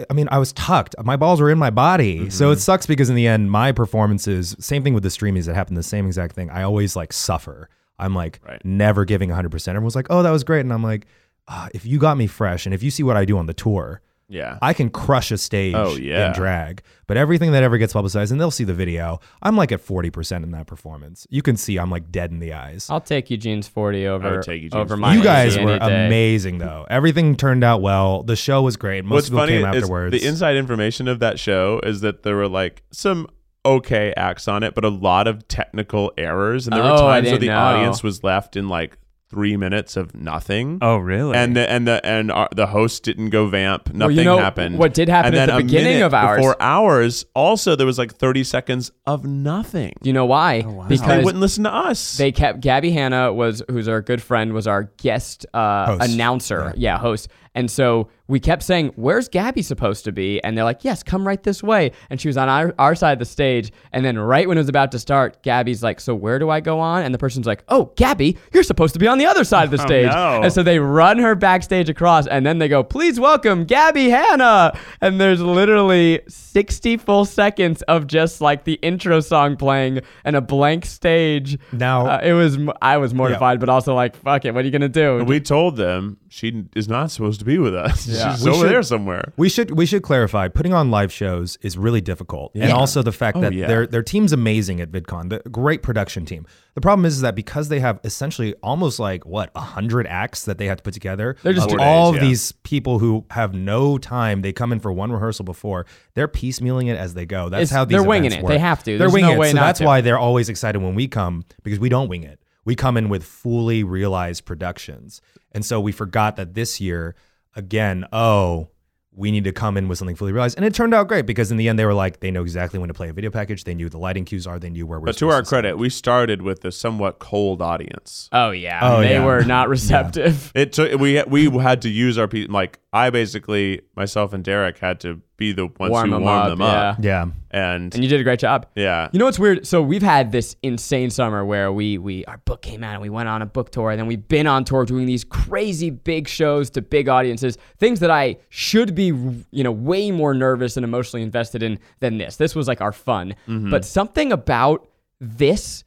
I mean, I was tucked. My balls were in my body. So
Mm-hmm.
it sucks because in the end, my performances, same thing with the streamies, it happened the same exact thing. I always like suffer. I'm like
Right.
never giving 100%. Everyone's like, oh, that was great. And I'm like, ah, if you got me fresh and if you see what I do on the tour,
yeah.
I can crush a stage
Oh, yeah.
in drag. But everything that ever gets publicized, and they'll see the video, I'm like at 40% in that performance. You can see I'm like dead in the eyes.
Oh,
I'll take Eugene's 40 over,
I would take Eugene's
over
40.
mine.
you guys
any
were
day.
amazing though. Everything turned out well. The show was great. Most
What's
people
funny
came
is
afterwards.
the inside information of that show is that there were like some okay acts on it, but a lot of technical errors, and there
Oh, I
were times where
didn't
the
know.
audience was left in like three minutes of nothing.
Oh, really?
And the and the and our, the host didn't go vamp. Nothing
you know
happened.
what did happen
and
at
then
the
a
beginning
minute
of ours?
Before ours, also there was like thirty seconds of nothing.
You know why?
Oh,
they
Because
wouldn't listen to us.
they kept Gabby Hanna was who's our good friend was our guest uh,
Host.
announcer, yeah. host. And so we kept saying, "Where's Gabby supposed to be?" And they're like, "Yes, come right this way." And she was on our, our side of the stage. And then right when it was about to start, Gabby's like, "So where do I go on?" And the person's like, "Oh, Gabby, you're supposed to be on the other side of the stage."
no.
And so they run her backstage across, and then they go, "Please welcome Gabby Hanna." And there's literally 60 full seconds of just like the intro song playing and a blank stage.
Now-
Uh, it was m- I was mortified, but also like, fuck it, what are you gonna do?
And we told them she is not supposed to be with us. She's
We
over
should-
there somewhere.
We should we should clarify. Putting on live shows is really difficult, and also the
Oh,
fact that
yeah.
their their team's amazing at VidCon. The great production team. The problem is, is that because they have essentially almost like what hundred acts that they have to put together. They're
just doing-
all of
yeah.
these people who have no time. They come in for one rehearsal before. They're piecemealing it as they go. That's
It's-
how these
they're winging
events
it.
work.
They have to.
They're
There's
winging
no
it.
way
so
not
that's
to.
why they're always excited when we come because we don't wing it. We come in with fully realized productions, and so we forgot that this year again. Oh we need to come in with something fully realized. And it turned out great because in the end they were like, they know exactly when to play a video package. They knew the lighting cues are. They knew where we're.
But to our
supposed
credit, we started with a somewhat cold audience.
oh yeah,
Oh,
they
yeah.
were not receptive.
It took we we had to use our pe- like I basically myself and Derek had to be the ones
Warm
who
them
warmed
up,
them up,
to- Yeah.
and,
And you did a great job.
yeah,
You know what's weird? So we've had this insane summer where we we our book came out and we went on a book tour and then we've been on tour doing these crazy big shows to big audiences, things that I should be you know way more nervous and emotionally invested in than this. This was like our fun. But something about this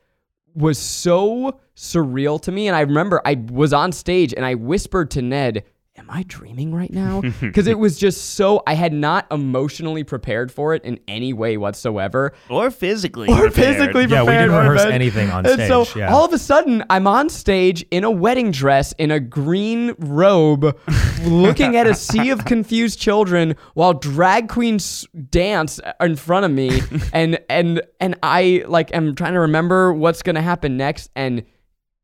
was so surreal to me and I remember I was on stage and I whispered to Ned Am I dreaming right now? Because it was just so, I had not emotionally prepared for it in any way whatsoever
or physically.
or physically
Yeah,
prepared.
we didn't
for
rehearse
bed.
anything on
And so
stage, yeah.
all of a sudden, I'm on stage in a wedding dress, in a green robe, looking at a sea of confused children while drag queens dance in front of me, and and and I like am trying to remember what's gonna happen next, and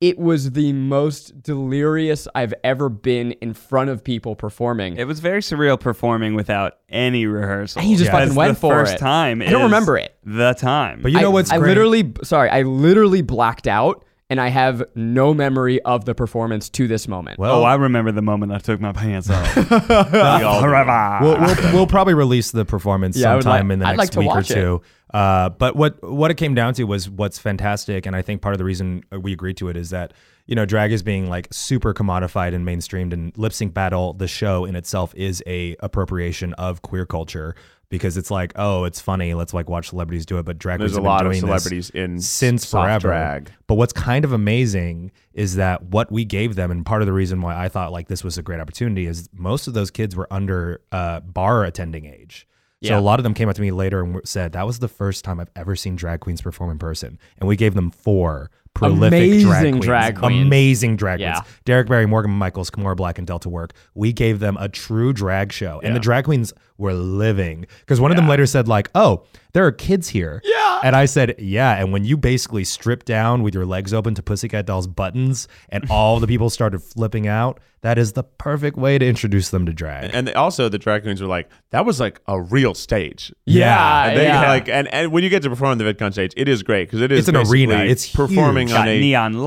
it was the most delirious I've ever been in front of people performing.
It was very surreal performing without any rehearsal.
And you just
Yeah.
fucking
That's
went
the
for
first
it.
time.
I don't
is
remember it.
The time.
But you know
I,
what's
I
great?
literally sorry, I literally blacked out and I have no memory of the performance to this moment.
Well,
oh, I remember the moment I took my pants off. Forever.
we'll, we'll, we'll probably release the performance
Yeah, I would
sometime
like-
in the
I'd
next
like to
week or
watch it.
two. Uh, but what what it came down to was what's fantastic, and I think part of the reason we agreed to it is that you know drag is being like super commodified and mainstreamed, and lip sync battle the show in itself is a appropriation of queer culture because it's like oh it's funny let's like watch celebrities do it, but drag
There's
queens
a
have
lot
been
of
doing this
celebrities in
since
soft
forever.
drag.
But what's kind of amazing is that what we gave them, and part of the reason why I thought like this was a great opportunity is most of those kids were under uh, bar attending age. So
Yeah.
a lot of them came up to me later and were- said that was the first time I've ever seen drag queens perform in person, and we gave them four prolific drag,
Amazing
queens,
drag queens.
amazing drag queens.
Yeah.
Derek Barry, Morgan Michaels, Kamora Black, and Delta Work. We gave them a true drag show, and the drag queens were living. Because one of them later said, like, "Oh, there are kids here." Yeah. And I said, "Yeah." And when you basically stripped down with your legs open to Pussycat Dolls buttons, and all the people started flipping out, that is the perfect way to introduce them to drag.
And they, also, the drag queens were like, that was like a real stage.
Yeah,
And they
yeah.
like and, and when you get to perform on the VidCon stage, it is great because it is
It's an arena.
basically
It's
performing
huge.
on
Got
a
neon
Yeah.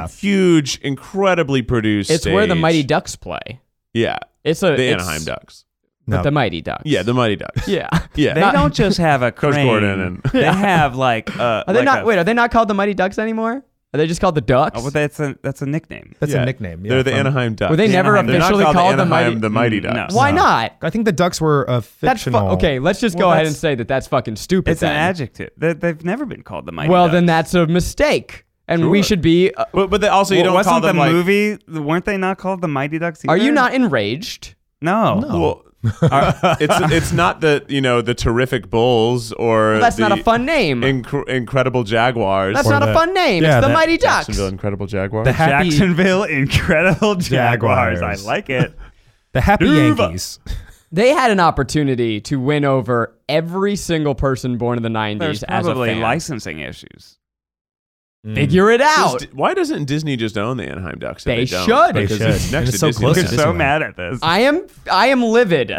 lights.
huge, incredibly produced.
It's where the
stage.
Mighty Ducks play.
yeah,
It's a
the
it's-
Anaheim Ducks.
but
No.
the Mighty Ducks.
Yeah, the Mighty Ducks.
yeah.
yeah.
They
Not-
don't just have a
Coach
crane.
Gordon and-
they have like
Are
a.
they
like
not?
a-
wait, are they not called the Mighty Ducks anymore? Are they just called the Ducks?
Oh, well, that's a that's a nickname.
That's
Yeah.
a nickname. Yeah,
They're the
from-
Anaheim Ducks.
Were they never
Anaheim. They're
not
officially called, the
Anaheim
Mighty?
the Mighty
Mm, no.
Ducks.
Why
No.
not?
I think the ducks were a
That's fu-
fictional.
okay. Let's just
Well,
go ahead
that's-
and say that that's fucking stupid.
It's
then.
an adjective. They, they've never been called the Mighty.
Well,
Ducks.
then that's a mistake, and we
Sure.
should be. uh,
But but they also you
Well,
don't
wasn't
call them
the
like
movie? Weren't they not called the Mighty Ducks?
are you
either?
not enraged?
No.
Well, it's it's not the you know the terrific Bulls or
That's
the
not a fun name.
inc- incredible Jaguars.
that's
or
not a
the-
fun name.
yeah,
it's the
that-
Mighty Ducks.
Jacksonville Incredible Jaguars.
The happy,
Jacksonville Incredible Jaguars.
Jaguars.
I like it.
the happy
Duva.
Yankees.
They had an opportunity to win over every single person born in the '90s
There's
as a
probably
fan.
licensing ishes.
Figure it
Does
out.
Di- why doesn't Disney just own the Anaheim Ducks? if
They
don't?
should. They
Because
should.
It's
And
next
it's
to
so
Disney.
close
They're
to
so
Disneyland.
mad at this.
I am. I am livid.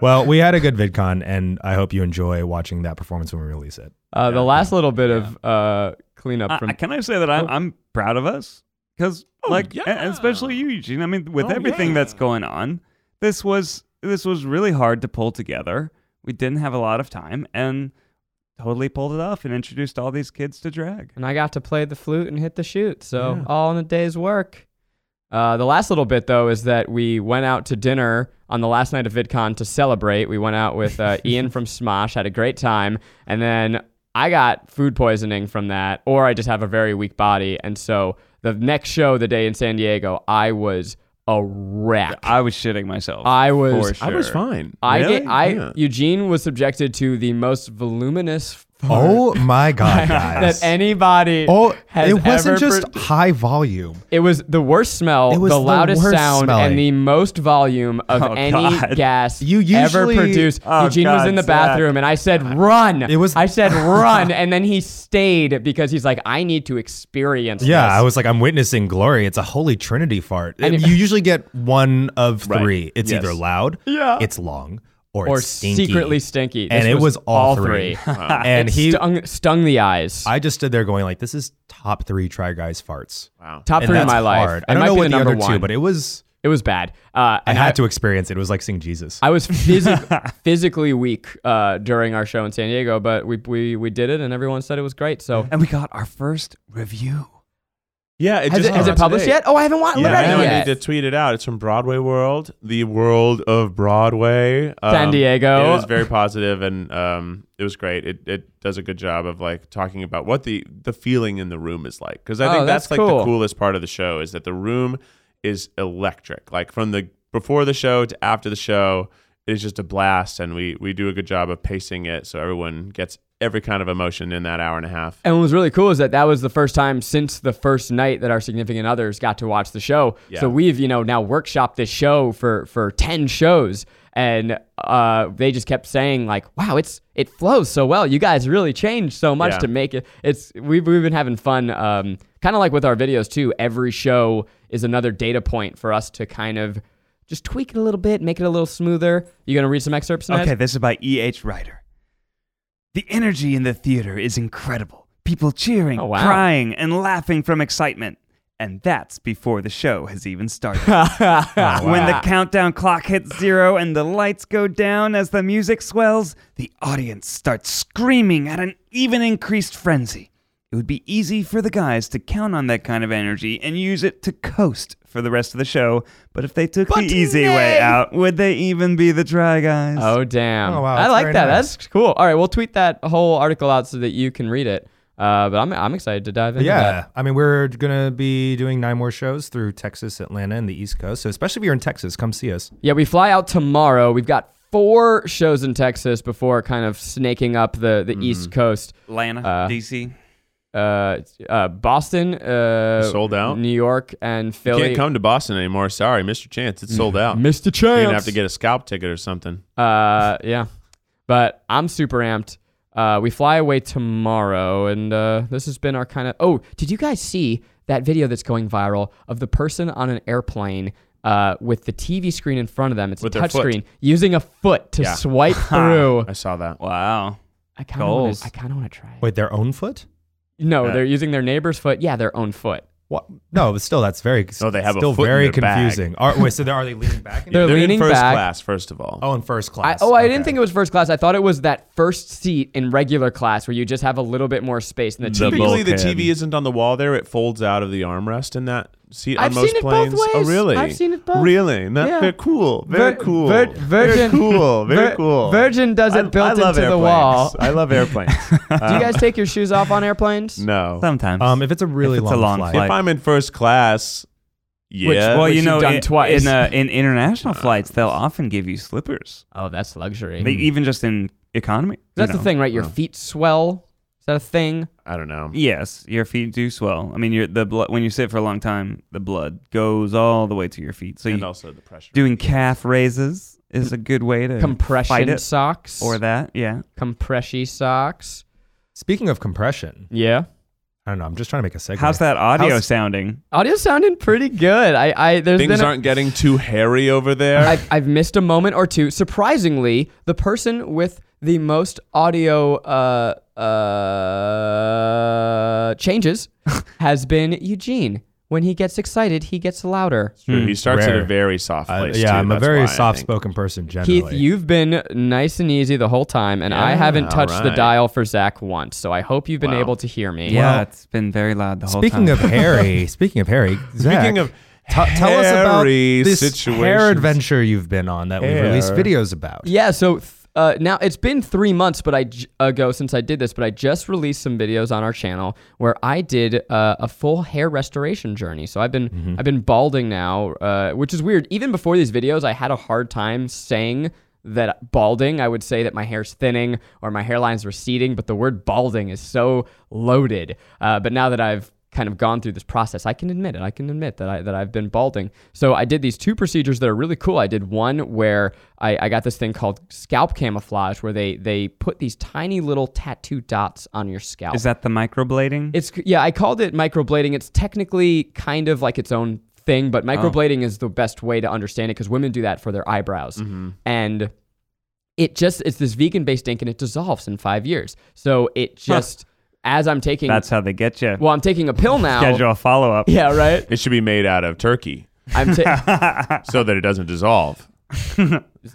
well, we had a good VidCon, and I hope you enjoy watching that performance when we release it.
Uh, the last little bit of uh, cleanup
I-
from
I- can I say that I'm, I'm proud of us? Because like,
yeah.
and especially you, Eugene. I mean, with
Oh,
everything
yeah.
that's going on, this was this was really hard to pull together. We didn't have a lot of time, and totally pulled it off and introduced all these kids to drag.
and I got to play the flute and hit the shoot. So all in a day's work. Uh, the last little bit though is that we went out to dinner on the last night of VidCon to celebrate. We went out with uh, Ian from Smosh, had a great time, and then I got food poisoning from that, or I just have a very weak body, and so the next show, the day in San Diego, I was a wreck.
I was shitting myself.
I was-
For sure.
I was fine.
I,
Really?
ga- I
Yeah.
Eugene was subjected to the most voluminous
Oh my god,
that
guys!
anybody.
oh,
has
it
ever
wasn't just
pro-
high volume.
It was the worst smell,
It was
the
the
loudest
worst
sound,
smelling.
and the most volume of
Oh,
any
God.
gas
You
ever
usually-
produced.
Oh,
Eugene was
God,
in the
Zach.
bathroom, and I said, "Run!"
It was-
I said, "Run!" and then he stayed because he's like, "I need to experience."
Yeah, I
this."
was like, I'm witnessing glory. It's a holy trinity fart.
And
And
it-
you usually get one of
Right.
three. It's
Yes.
either loud,
Yeah.
it's long, or,
or
it's stinky.
secretly stinky,
And
This
it was all three. and
It
he,
stung, stung the eyes.
I just stood there going like, this is top three try guys farts.
Wow.
Top
And
three of
that's
my life. It
hard. I don't
might
know
be
what
the
the
number
other
one.
two, but it was.
it was bad. Uh,
I
and
had to experience it. It was like seeing Jesus.
I was physic- physically weak uh, during our show in San Diego, but we, we we did it, and everyone said it was great. So
and we got our first review.
Yeah, it
has
just
it, has
came
it
out
published
today.
yet? Oh, I haven't watched
Yeah,
yeah,
I know. I
yet.
need to tweet it out. It's from Broadway World, the world of Broadway, Um,
San Diego.
It was very positive, and um, it was great. It it does a good job of like talking about what the the feeling in the room is like, because I
Oh,
think
that's
that's, like
cool.
the coolest part of the show is that the room is electric. Like from the before the show to after the show, it is just a blast, and we we do a good job of pacing it so everyone gets every kind of emotion in that hour and a half.
and what was really cool is that that was the first time since the first night that our significant others got to watch the show.
Yeah.
So we've you know now workshopped this show for for ten shows, and uh, they just kept saying like, "Wow, it's it flows so well. You guys really changed so much
Yeah.
to make it." It's we've we've been having fun, um, kind of like with our videos too. Every show is another data point for us to kind of just tweak it a little bit, make it a little smoother. You gonna read some excerpts? Ned?
Okay, this is by E.H. Ryder. The energy in the theater is incredible. People cheering,
Oh, wow.
crying, and laughing from excitement. And that's before the show has even started.
Oh,
When the countdown clock hits zero and the lights go down as the music swells, the audience starts screaming at an even increased frenzy. It would be easy for the guys to count on that kind of energy and use it to coast for the rest of the show, but if they took
But
the easy
nay!
way out, would they even be the Try Guys?
Oh damn!
Oh, wow,
I
that's
like
very
that.
nice.
That's cool. All right, we'll tweet that whole article out so that you can read it. Uh, but I'm I'm excited to dive into that.
Yeah. I mean, we're going to be doing nine more shows through Texas, Atlanta, and the East Coast. So, especially if you're in Texas, come see us.
Yeah, we fly out tomorrow. We've got four shows in Texas before kind of snaking up the
Mm-hmm.
the East Coast.
Atlanta,
Uh,
DC.
Uh, uh, Boston, uh,
Sold out?
New York and Philly.
Can't come to Boston anymore. Sorry, Mr. Chance. It's sold out. You're
Missed a chance.
gonna have to get a scalp ticket or something.
Uh, yeah, but I'm super amped. Uh, we fly away tomorrow, and uh, this has been our kind of. Oh, did you guys see that video that's going viral of the person on an airplane uh, with the TV screen in front of them? It's
With
a
their
touch
foot.
screen, using a foot to
Yeah.
swipe through.
I saw that.
Wow.
I kind of want
Goals.
to. I kind of want to try. It.
Wait, their own foot?
No,
Yeah.
they're using their neighbor's foot. Yeah, their own foot.
What? No, but still, that's very.
No, they have a
still
foot in
very
their bag.
confusing. Are, wait, so they, are they leaning back? in-
They're
They're
leaning
in first
back.
class, first of all.
oh, in first
I,
class.
oh, I
Okay.
didn't think it was first class. I thought it was that first seat in regular class where you just have a little bit more space. And the
Typically,
TV
the
bulkhead.
TV isn't on the wall there. It folds out of the armrest in that seat
I've
on most
seen it both
planes. Oh,
ways.
really?
I've seen it both.
Really? That,
Yeah.
Very cool. Very
Vir-
cool.
vir- virgin-
very cool. Very
Vir-
cool.
virgin does it
I-
built
I love
into the
airplanes.
wall.
I love airplanes. Uh,
Do you guys take your shoes off on airplanes?
no.
Sometimes.
Um, if it's a really
If it's
long,
a long
flight,
flight.
If I'm in first class, yeah.
well,
Which
you
you've
know,
done
in,
twice.
in, uh, in international flights, they'll often give you slippers.
Oh, that's luxury. Oh.
They, even just in economy. you
that's the
know.
thing, right? Your feet swell. Is that a thing?
I don't know.
Yes, your feet do swell. I mean, your the blood when you sit for a long time, the blood goes all the way to your feet. So
And
you,
also the pressure.
doing calf raises is a good way to fight
Compression
it
socks
or that. Yeah,
compression socks.
speaking of compression,
Yeah.
I don't know. I'm just trying to make a segue.
how's that audio
How's-
sounding?
Audio sounding pretty good. I, I there's
Things
been a,
aren't getting too hairy over there.
I've, I've missed a moment or two. Surprisingly, the person with the most audio uh, uh, changes has been Eugene. When he gets excited, he gets louder.
he starts at
Rare.
a very soft
I-
place.
yeah,
too.
I'm a
That's why I
very
think.
soft-spoken person generally.
Keith, you've been nice and easy the whole time, and I
Yeah,
haven't touched the
alright.
dial for Zach once. So I hope you've been
Wow.
able to hear me.
yeah, it's been very loud the whole
Speaking
time.
of Harry, speaking of Harry, Zach,
Speaking of
t- tell us about
hairy
this hair
situations.
adventure you've been on that we've released
Hair.
videos about.
Yeah, so th- uh, now it's been three months, but I j- ago since I did this, but I just released some videos on our channel where I did uh, a full hair restoration journey. So I've been
Mm-hmm.
I've been balding now, uh, which is weird. Even before these videos, I had a hard time saying that balding. I would say that my hair's thinning or my hairline's receding, but the word balding is so loaded. Uh, but now that I've kind of gone through this process. I can admit it. I can admit that I that I've been balding. So I did these two procedures that are really cool. I did one where I, I got this thing called scalp camouflage, where they they put these tiny little tattoo dots on your scalp.
is that the microblading?
It's yeah, I called it microblading. It's technically kind of like its own thing,
Oh.
but microblading is the best way to understand it because women do that for their eyebrows,
Mm-hmm.
and it just it's this vegan based ink and it dissolves in five years. So it just as I'm taking
That's how they get you.
well, I'm taking a pill now.
Schedule a follow up.
Yeah, right.
It should be made out of turkey
I'm ta-
so that it doesn't dissolve.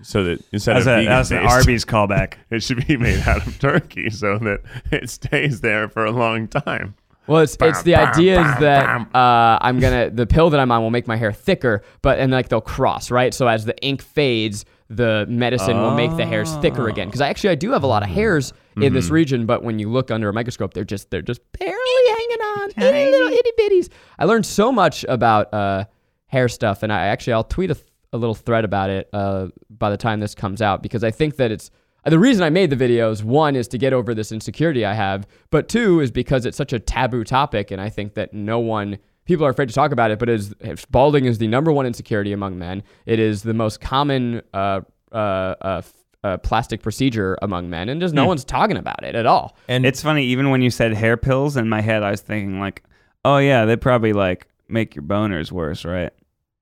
so that instead
That's,
of
a,
vegan
that's an
based,
Arby's callback.
it should be made out of turkey so that it stays there for a long time.
well. It's, it's the idea is that uh, I'm gonna the pill that I'm on will make my hair thicker, but and like they'll cross right. So as the ink fades, the medicine will make the hairs thicker again. Because I actually I do have a lot of hairs in this region, but when you look under a microscope, they're just they're just barely hanging on, itty little itty bitties. I learned so much about uh, hair stuff, and I actually I'll tweet a, th- a little thread about it uh, by the time this comes out because I think that it's Uh, The reason I made the videos, one is to get over this insecurity I have, but two is because it's such a taboo topic, and I think that no one, people are afraid to talk about it. But is balding is the number one insecurity among men. It is the most common uh, uh, uh, f- uh, plastic procedure among men, and just no one's talking about it at all.
And
It's funny, even when you said hair pills in my head, I was thinking like, oh yeah, they probably like make your boners worse, right?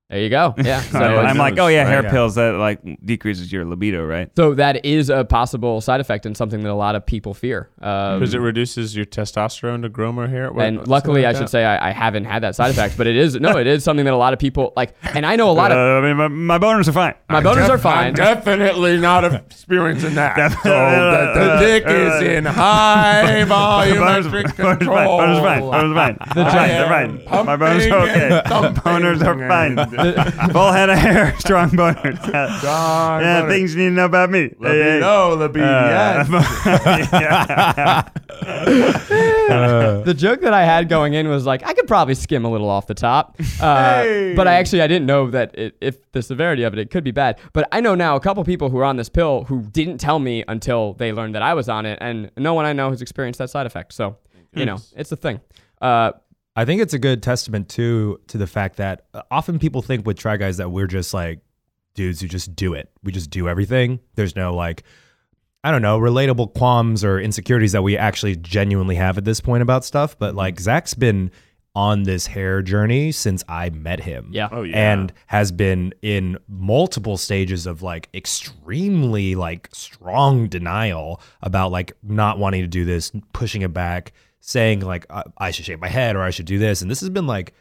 There you go. Yeah. So,
And
it's-
I'm like,
knows,
oh yeah,
right?
hair
Yeah.
pills that like decreases your libido, right?
so that is a possible side effect and something that a lot of people fear. Um,
Because it reduces your testosterone to grow more hair. What-
and
something
luckily,
like
I should
that?
say I, I haven't had that side effect, but it is no, it is something that a lot of people like, and I know a lot of
Uh, I mean, my, my boners are fine.
my boners are fine.
definitely not experiencing that. so
that the dick is in
high
boners, boners are fine. Boners are fine. Boners are fine. They're fine. They're
am
fine. My boners are
pumping
okay.
and thumping
Boners are
and-
fine. Full head of hair, strong boners.
Strong
yeah,
boners.
things you need to know about me. Hey, hey.
libido,
Uh, yeah.
the joke that I had going in was like, I could probably skim a little off the top, uh,
Hey.
but I actually I didn't know that it, if the severity of it, it could be bad. But I know now a couple people who are on this pill who didn't tell me until they learned that I was on it, and no one I know has experienced that side effect. So you know, it's a thing. Uh,
I think it's a good testament too to the fact that uh, often people think with try guys that we're just like dudes who just do it. We just do everything. There's no like I don't know, relatable qualms or insecurities that we actually genuinely have at this point about stuff. But
Mm-hmm.
like Zach's been on this hair journey since I met him.
Yeah.
Oh, yeah.
And has been in multiple stages of like extremely like strong denial about like not wanting to do this, pushing it back, saying like I, I should shave my head or I should do this. And this has been like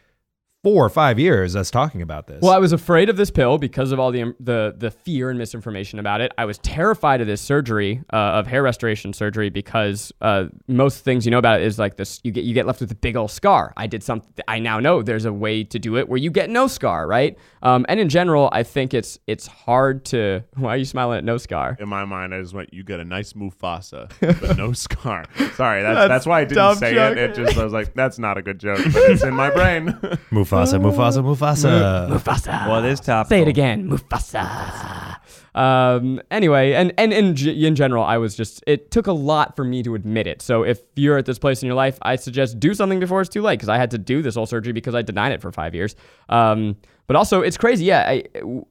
four or five years us talking about this.
Well, I was afraid of this pill because of all the the the fear and misinformation about it. I was terrified of this surgery uh, of hair restoration surgery because uh, most things you know about it is like this: you get you get left with a big old scar. I did something. I now know there's a way to do it where you get no scar, right? Um, and in general, I think it's it's hard to. Why are you smiling at no scar?
in my mind, I just went, "You got a nice Mufasa, but no scar." Sorry, that's that's, why I didn't
dumb
say
joke.
it. It just I was like, "That's not a good joke," but it's in my brain.
Mufasa, Mufasa, Mufasa.
Mufasa.
well, this top.
Say it again, Mufasa. Um, anyway, and and in g- in general, I was just it took a lot for me to admit it. So if you're at this place in your life, I suggest do something before it's too late because I had to do this whole surgery because I denied it for five years. Um, but also it's crazy. Yeah, I,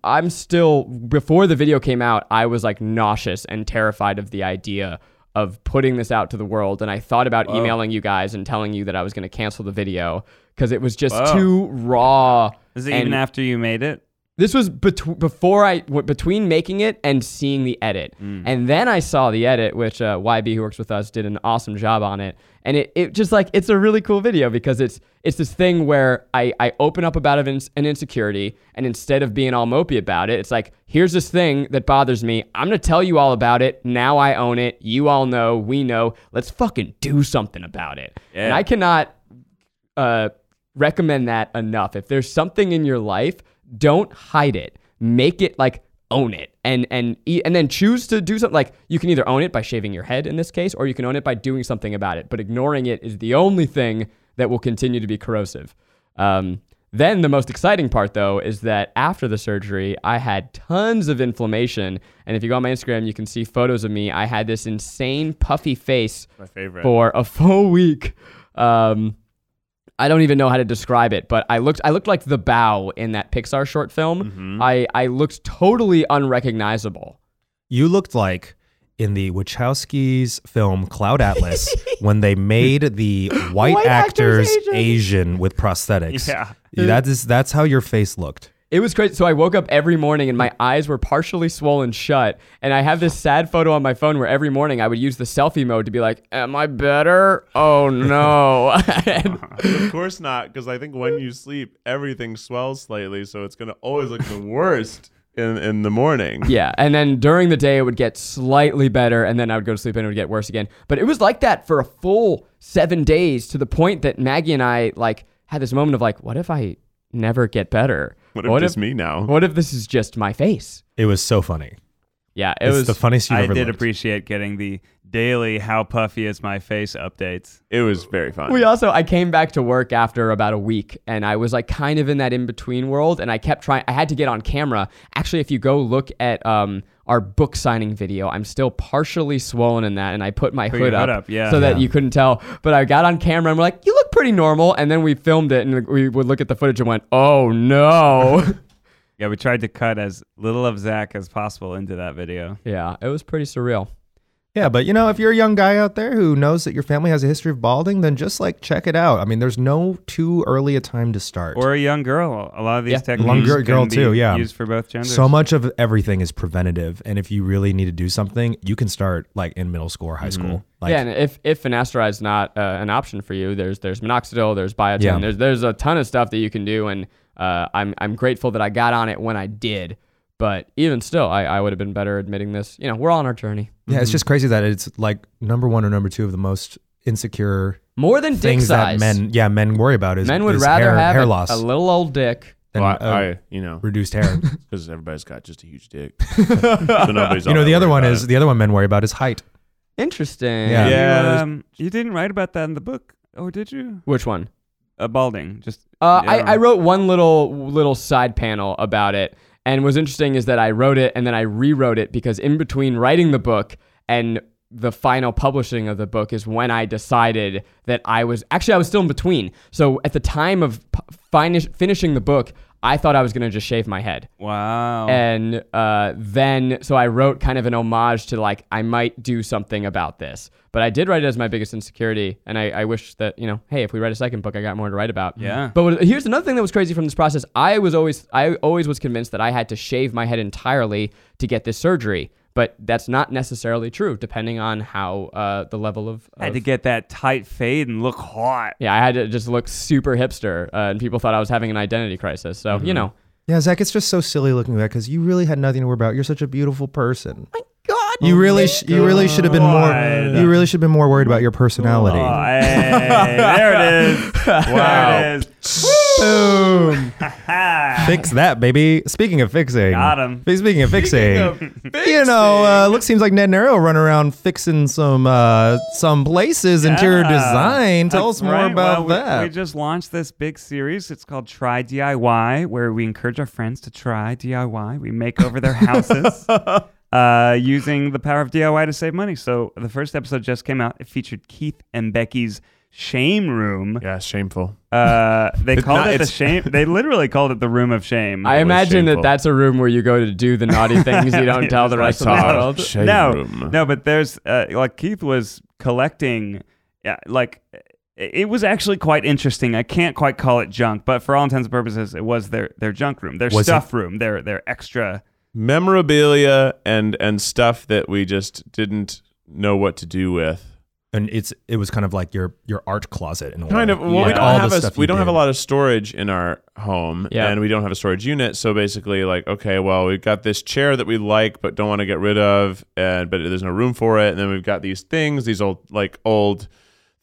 I'm still before the video came out, I was like nauseous and terrified of the idea of putting this out to the world, and I thought about emailing you guys and telling you that I was going to cancel the video because it was just too raw.
Is it
and-
even after you made it?
this was betw before I w- between making it and seeing the edit, and then I saw the edit, which uh, YB who works with us did an awesome job on it, and it, it just like it's a really cool video because it's it's this thing where I I open up about an, ins- an insecurity, and instead of being all mopey about it, it's like here's this thing that bothers me. I'm gonna tell you all about it. Now I own it. You all know. We know. Let's fucking do something about it. And
Yeah.
I cannot uh, recommend that enough. If there's something in your life, don't hide it. Make it like own it, and and e- and then choose to do something. Like you can either own it by shaving your head in this case, or you can own it by doing something about it. But ignoring it is the only thing that will continue to be corrosive. Um, then the most exciting part, though, is that after the surgery, I had tons of inflammation. And if you go on my Instagram, you can see photos of me. I had this insane puffy face
My favorite.
for a full week. Um, I don't even know how to describe it, but I looked I looked like the bow in that Pixar short film. I, I looked totally unrecognizable.
You looked like in the Wachowskis film Cloud Atlas when they made the white,
White actors
actors,
Asian.
Asian. with prosthetics.
Yeah.
That is that's how your face looked.
It was crazy. So I woke up every morning and my eyes were partially swollen shut. And I have this sad photo on my phone where every morning I would use the selfie mode to be like, Am I better? Oh no. And-
of course not, because I think when you sleep, everything swells slightly, so it's gonna always look the worst in in the morning.
Yeah, and then during the day it would get slightly better, and then I would go to sleep and it would get worse again. But it was like that for a full seven days to the point that Maggie and I like had this moment of like, what if I never get better?
What if it's me now?
What if this is just my face?
It was so funny.
Yeah, it
It was
was
the funniest you've
I
ever
did
looked.
appreciate getting the daily "How puffy is my face?" updates.
It was very fun.
We also I came back to work after about a week and I was like kind of in that in between world and I kept trying I had to get on camera. Actually, if you go look at um our book signing video, I'm still partially swollen in that and I put my
your
hood,
hood
up,
up, yeah.
so that
Yeah.
you couldn't tell. But I got on camera and we're like, "You look pretty normal." And then we filmed it and we would look at the footage and went, "Oh no."
Yeah, we tried to cut as little of Zach as possible into that video.
yeah, it was pretty surreal.
Yeah, but you know, if you're a young guy out there who knows that your family has a history of balding, then just like check it out. I mean, there's no too early a time to start.
Or a young girl. A lot of these
Yeah.
techniques
Young girl-
can
girl
be
too, yeah.
used for both genders.
so much of everything is preventative, and if you really need to do something, you can start like in middle school or high
Mm-hmm.
school. Like,
yeah, and if if finasteride not uh, an option for you, there's there's minoxidil, there's biotin,
Yeah.
there's there's a ton of stuff that you can do, and uh, I'm I'm grateful that I got on it when I did. But even still, I, I would have been better admitting this. You know, we're all on our journey.
yeah, it's just crazy that it's like number one or number two of the most insecure
More than dick
things
size,
that men, yeah, men worry about is
Men would
is
rather
hair,
have
hair
a-
loss
a little old dick.
than
Well, I,
uh,
I- you know,
reduced hair.
because everybody's got just a huge dick. so nobody's
you
all
know, the
that
other
worried
one
about
is
it.
the other one men worry about is height.
Interesting.
Yeah.
You,
Yeah, there's-
um, you didn't write about that in the book, or did you?
Which one?
Uh, balding. Just
Uh,
in
I, I
general.
wrote one little little side panel about it, and what's interesting is that I wrote it and then I rewrote it because in between writing the book and the final publishing of the book is when I decided that I was actually I was still in between. So at the time of pu- finish, finishing the book, I thought I was gonna just shave my head.
Wow.
And uh, then, so I wrote kind of an homage to like, I might do something about this. But I did write it as my biggest insecurity. And I, I wish that, you know, hey, if we write a second book, I got more to write about.
Yeah.
But what, here's another thing that was crazy from this process. I was always, I always was convinced that I had to shave my head entirely to get this surgery. But that's not necessarily true, depending on how uh, the level of.
I had
of-
to get that tight fade and look hot.
yeah, I had to just look super hipster, uh, and people thought I was having an identity crisis. So,
Mm-hmm.
you know,
Yeah, Zach, it's just so silly looking at that because you really had nothing to worry about. You're such a beautiful person. Oh My God, you really, sh- you really should have been more.
God.
You really should have been more worried about your personality.
Oh, hey, there it is.
Wow.
There it is.
Boom!
Ha.
Fix that, baby. Speaking of fixing,
Got him.
Speaking of fixing, you know, uh, looks seems like Ned and Ariel run around fixing some uh, some places, interior
Yeah.
design. Tell us
That's
more
right.
about
Well, we-
that.
We just launched this big series. It's called Try DIY, where we encourage our friends to try DIY. We make over their houses uh, using the power of DIY to save money. So the first episode just came out. It featured Keith and Becky's shame room.
Yeah, shameful.
Uh, they
It's
called
not-
it the
it's-
shame. They literally called it the room of shame.
I
was
imagine that
shameful.
that's a room where you go to do the naughty things you don't tell the rest of the world.
Shame
no,
room.
no, but there's uh, like Keith was collecting, yeah, like it it was actually quite interesting. I can't quite call it junk, but for all intents and purposes, it was their their junk room, their
Was it-
stuff room, their their extra.
memorabilia and and stuff that we just didn't know what to do with.
and it's it was kind of like your your art closet in a
Kind
way.
of. Well,
Yeah.
we
Like
don't
all the
have a,
stuff you
we don't have a
did.
lot of storage in our home,
Yeah.
and we don't have a storage unit. So basically, like, okay, well, we've got this chair that we like but don't want to get rid of, and but there's no room for it. And then we've got these things, these old like old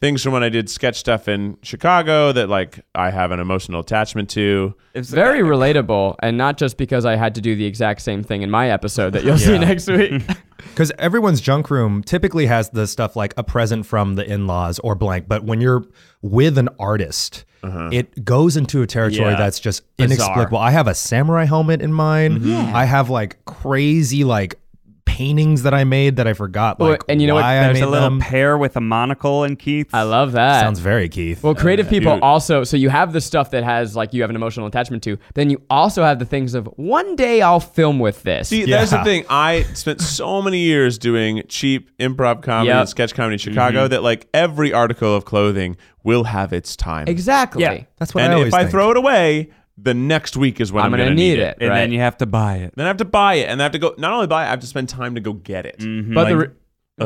things from when I did sketch stuff in Chicago that like I have an emotional attachment to.
It's
Very relatable, and not just because I had to do the exact same thing in my episode that you'll see
Yeah.
next week.
Because everyone's junk room typically has the stuff like a present from the in laws or blank. But when you're with an artist,
Uh-huh.
it goes into a territory
Yeah.
that's just inexplicable. I have a samurai helmet in mine.
Mm-hmm.
I have like crazy like paintings that I made that I forgot.
Well,
Like,
and you know what?
why I um,
there's
made
a little
them.
pair with a monocle and Keith.
I love that.
Sounds very Keith.
well, creative people
dude.
also, so you have the stuff that has, like, you have an emotional attachment to. Then you also have the things of one day I'll film with this.
See, that's the
Yeah.
thing. I spent so many years doing cheap improv comedy
Yep.
and sketch comedy in Chicago
Mm-hmm.
that like every article of clothing will have its time.
exactly.
Yeah.
that's what
And
I
if
always
I
think.
throw it away, the next week is when
I'm,
I'm,
going to
gonna
need it.
and
right?
then you have to buy it.
Then I have to buy it, and I have to go. Not only buy it, I have to spend time to go get it.
Mm-hmm.
But the,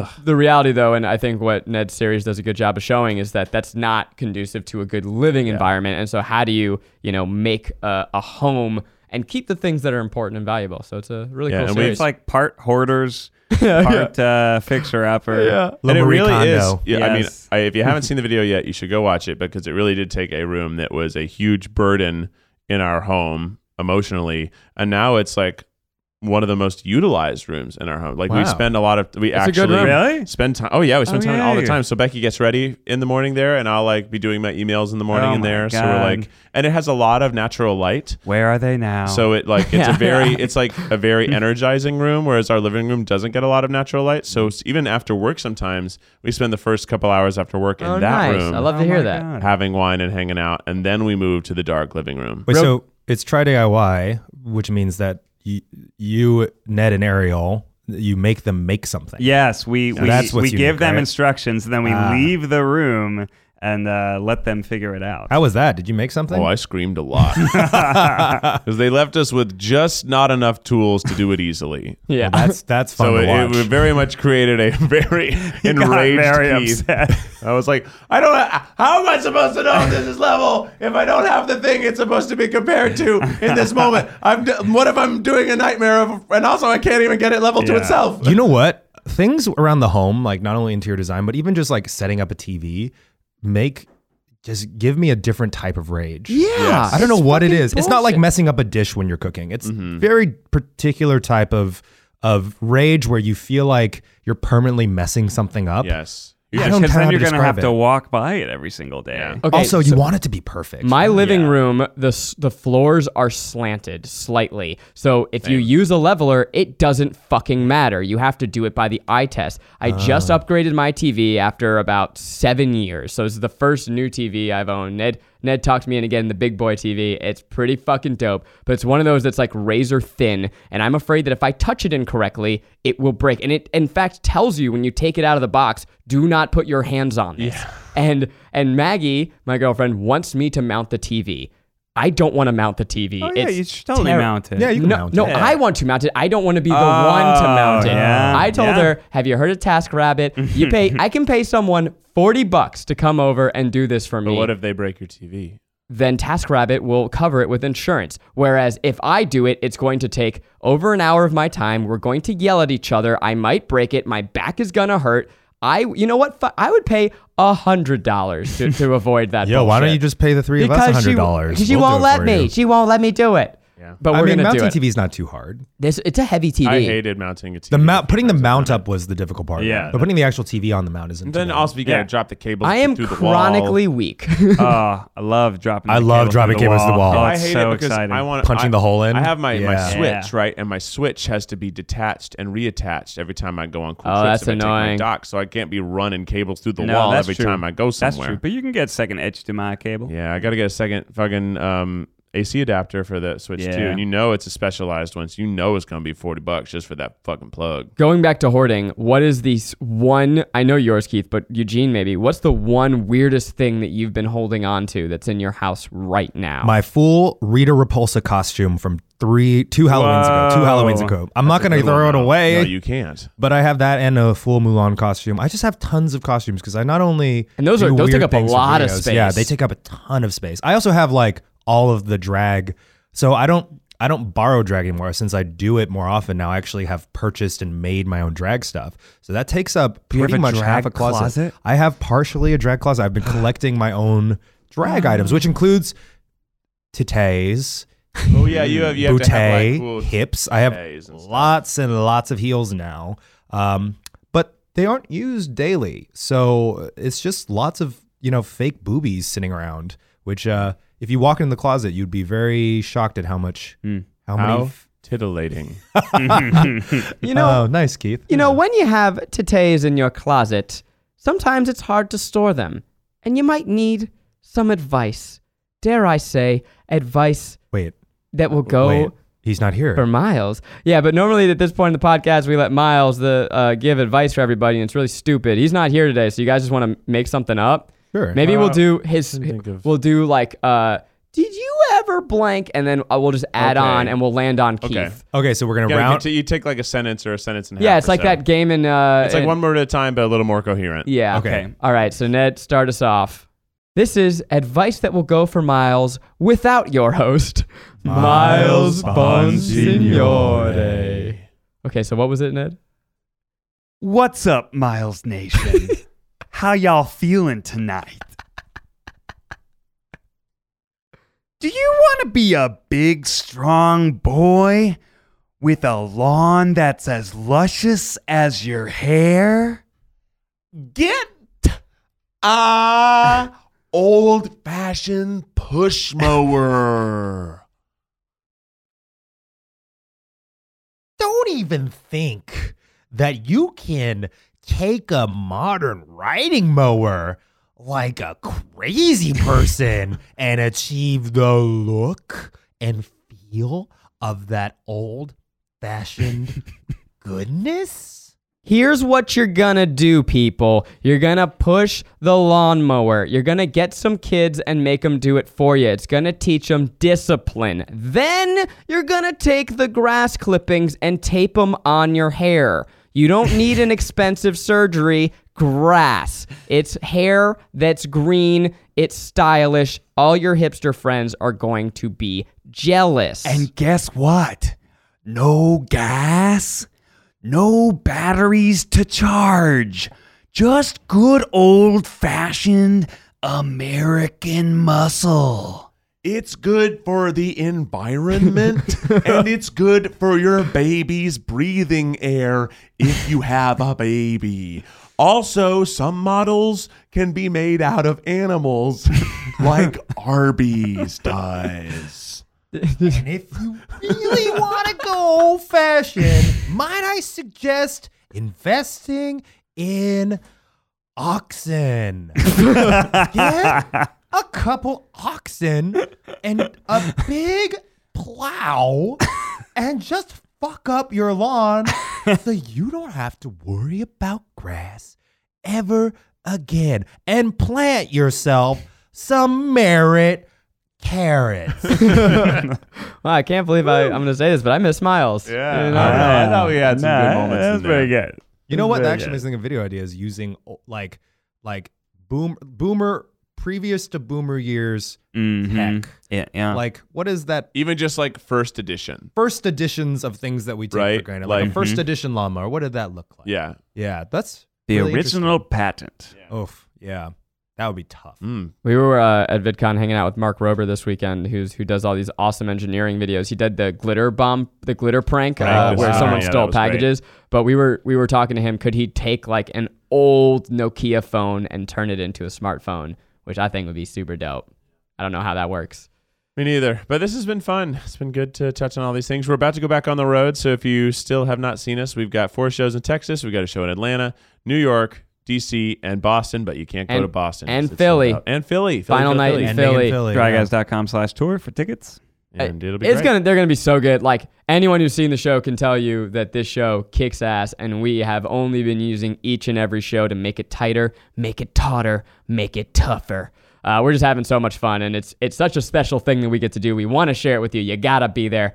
re- the reality, though, and I think what Ned's series does a good job of showing is that that's not conducive to a good living environment. And so, how do you, you know, make a, a home and keep the things that are important and valuable? So it's a really
Yeah,
cool
and we-
series.
It's like part hoarders, part uh, fixer upper. Yeah.
And it
Marie
really
Kondo.
is. Yeah, I mean,
Yes.
I, if you haven't seen the video yet, you should go watch it because it really did take a room that was a huge burden in our home emotionally, and now it's like one of the most utilized rooms in our home. Like
Wow.
we spend a lot of we
That's a good
actually
room.
Really?
spend time. Oh yeah, we spend
Oh,
time all the
yay.
time. So Becky gets ready in the morning there, and I'll like be doing my emails in the morning
Oh,
in
my
there. So
God.
we're like, and it has a lot of natural light.
Where are they now?
So it like it's
Oh. Yeah.
a very it's like a very energizing room, whereas our living room doesn't get a lot of natural light. So s- even after work, sometimes we spend the first couple hours after work in
oh,
that
nice.
room,
I love
Oh
to hear
my
that.
God.
having wine and hanging out, and then we move to the dark living room.
Wait,
Real-
so it's try DIY, which means that you, you Ned and Ariel you make them make something.
Yes, we we,
that's what's
we
unique,
give them
right?
instructions, and then we
Ah.
leave the room and uh, let them figure it out.
How was that? Did you make something?
Oh, I screamed a lot because they left us with just not enough tools to do it easily.
Yeah.
that's that's fun
So
to
it,
watch.
it very much created a very enraged
very
Keith.
upset.
I was like, I don't. How am I supposed to know if this is level if I don't have the thing it's supposed to be compared to in this moment? I'm. d- What if I'm doing a nightmare of, and also I can't even get it level to
Yeah.
itself.
you know what? Things around the home, like not only interior design, but even just like setting up a TV, make just give me a different type of rage.
yeah.
Yes.
I don't know
It's
what it
fucking
is. It's not like
bullshit.
messing up a dish when you're cooking. It's
Mm-hmm.
very particular type of of rage where you feel like you're permanently messing something up.
Yes.
I
Yeah,
don't
because
know
then
how
you're
to
gonna have
describe
to
it.
walk by it every single day.
Yeah.
Okay,
also,
so
you want it to be perfect.
My living
Yeah.
room, the s- the floors are slanted slightly. So if you use a leveler, it doesn't fucking matter. You have to do it by the eye test. I just upgraded my TV after about seven years. So this is the first new TV I've owned. Ned Ned talked me in again the big boy TV. It's pretty fucking dope, but it's one of those that's like razor thin, and I'm afraid that if I touch it incorrectly, it will break. And it in fact tells you when you take it out of the box, do not put your hands on this. And and Maggie, my girlfriend, wants me to mount the TV. I don't want to mount the TV.
Oh, yeah,
It's
you should totally
terri-
mount it.
yeah, you can
no,
mount
no,
it.
I want to mount it. I don't want to be the
Oh,
one to mount it.
yeah,
I told
yeah.
her, "Have you heard of TaskRabbit? You pay. I can pay someone forty bucks to come over and do this for me."
if they break your TV?
then TaskRabbit will cover it with insurance. Whereas if I do it, it's going to take over an hour of my time. We're going to yell at each other. I might break it. My back is gonna hurt. I, you know what? Fu- I would pay a hundred dollars to, to avoid that.
Yo, why don't
bullshit.
you just pay the three of us
Because
hundred
she,
dollars?
she won't let me. She won't let me do it. But we're
I mean,
gonna
mounting
do it.
TV is not too hard.
This it's a heavy TV.
mounting a TV.
The mount, putting the mount up was the difficult part.
Yeah.
but putting the actual TV on the mount isn't. too
Then
bad.
also you gotta
Yeah.
drop the cable.
I am
through the wall.
chronically weak.
oh, I love dropping.
I
the
love
cable
dropping
through
cables to the wall.
Oh,
I
it's
hate
so
it because
exciting.
I want
Punching
I,
the hole in?
I have my, my
Yeah.
switch
Yeah.
right, and my switch has to be detached and reattached every time I go on cool
Oh,
trips.
that's
if I take my
annoying.
dock, so I can't be running cables through the
No,
wall
that's
every
true.
time I go
That's
somewhere.
true, but you can get second HDMI cable.
Yeah, I got to get a second fucking um, AC adapter for the Switch
Yeah.
too, and you know it's a specialized one, so you know it's gonna be forty bucks just for that fucking plug.
Going back to hoarding, what is the s- one? I know yours, Keith, but Eugene, maybe. What's the one weirdest thing that you've been holding on to that's in your house right now?
my full Rita Repulsa costume from three, two Halloweens ago. Two
Whoa.
Halloweens ago. I'm not gonna throw it away.
No, you can't.
But I have that and a full Mulan costume. I just have tons of costumes because I not only
And those
do
are- those
weird
take up a
things with
lot of
videos, Yeah,
space.
they take up a ton of space. I also have like all of the drag, so I don't I don't borrow drag anymore since I do it more often now. I actually have purchased and made my own drag stuff, so that takes up
you
pretty
have a
much
drag
half a closet.
closet?
I have partially a drag closet. I've been collecting my own drag items, which includes titties,
Oh yeah, you have you have to have
bootay,
like cool
hips. I have
bouteilles and stuff.
lots and lots of heels now, um, but they aren't used daily. So uh, it's just lots of you know fake boobies sitting around. Which uh, if you walk in the closet, you'd be very shocked at how much
Hmm.
how many.
How titillating.
you know,
oh, nice Keith.
you know, when you have titties in your closet, sometimes it's hard to store them, and you might need some advice. Dare I say, advice
wait,
that will go
wait, he's not here.
oh, for Miles. Yeah, but normally at this point in the podcast, we let Miles the uh, give advice for everybody, and it's really stupid. He's not here today, so you guys just want to make something up.
Sure.
Maybe we'll
Uh,
do his.
me think of-
We'll do like, uh, did you ever blank? And then uh, we'll just add
Okay.
on, and we'll land on Keith.
Okay.
okay, so we're gonna
You, gotta
round.
conti- you take like a sentence or a sentence and a
Yeah,
half
it's
or
like
so.
that game in. Uh,
It's like
in-
one word at a time, but a little more coherent.
Yeah.
Okay.
Okay.
All right. So Ned, start us off. This is advice that will go for Miles without your host,
Miles
Bonsignore. Okay. So what was it, Ned?
What's up, Miles Nation? How y'all feeling tonight? Do you want to be a big, strong boy with a lawn that's as luscious as your hair?
get a old fashioned push mower.
Don't even think that you can take a modern riding mower like a crazy person and achieve the look and feel of that old fashioned goodness?
Here's what you're gonna do, people. You're gonna push the lawnmower. You're gonna get some kids and make them do it for you. It's gonna teach them discipline. Then you're gonna take the grass clippings and tape them on your hair. You don't need an expensive surgery. Grass. It's hair that's green, it's stylish. All your hipster friends are going to be jealous.
And guess what? No gas, no batteries to charge. Just good old fashioned American muscle.
It's good for the environment and it's good for your baby's breathing air if you have a baby. Also, some models can be made out of animals like Arby's does.
And if you really want to go old fashioned, might I suggest investing in oxen? Get a couple oxen and a big plow and just fuck up your lawn so you don't have to worry about grass ever again and plant yourself some merit carrots.
Wow, I can't believe I, I'm gonna say this, but I miss Miles.
Yeah.
You know?
I know. I thought we had some good moments
That's
in there.
pretty good.
You know what?
Very
That actually
good.
makes me think of video ideas using o- like like boom boomer previous to boomer years
Mhm.
tech.
Yeah, yeah.
Like what is that
Even just like first edition.
first editions of things that we take for
Right,
granted? Like, a
like-
1st edition lawnmower. What did that look like?
Yeah.
Yeah, that's
the
really
original patent.
interesting. Oof. Yeah. That would be tough.
Mm.
We were uh, at VidCon hanging out with Mark Rober this weekend, who's who does all these awesome engineering videos. He did the glitter bomb, the glitter prank, uh,
Prank
where
design,
someone
yeah, that
stole
was great.
packages. But we were we were talking to him. Could he take like an old Nokia phone and turn it into a smartphone, which I think would be super dope. I don't know how that works.
Me neither. But this has been fun. It's been good to touch on all these things. We're about to go back on the road. So if you still have not seen us, we've got four shows in Texas. We've got a show in Atlanta, New York, DC, and Boston. But you can't go
And-
to Boston.
and
It's sold
Philly.
out. And Philly. Philly,
Final
Philly,
night
Philly.
in
Ending in
Philly.
Philly, yeah.
Dryguys.com slash tour for tickets.
And it'll be
it's
great.
gonna they're gonna be so good. Like anyone who's seen the show can tell you that this show kicks ass, and we have only been using each and every show to make it tighter, make it tauter, make it tougher. Uh, we're just having so much fun, and it's it's such a special thing that we get to do. We want to share it with you. You gotta be there.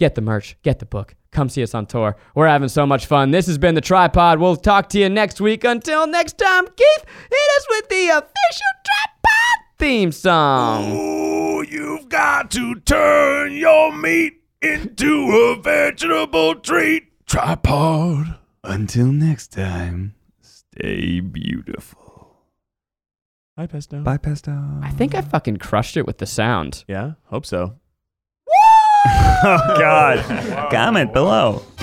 Get the merch, get the book, come see us on tour. We're having so much fun. This has been the tripod. We'll talk to you next week. Until next time, Keith, hit us with the official tripod theme song.
Ooh, you've got to turn your meat into a vegetable treat. Tripod.
Until next time, stay beautiful.
Hi, Pesto.
Bye, Pesto.
I think I fucking crushed it with the sound.
Yeah, hope so.
oh, God. Comment below.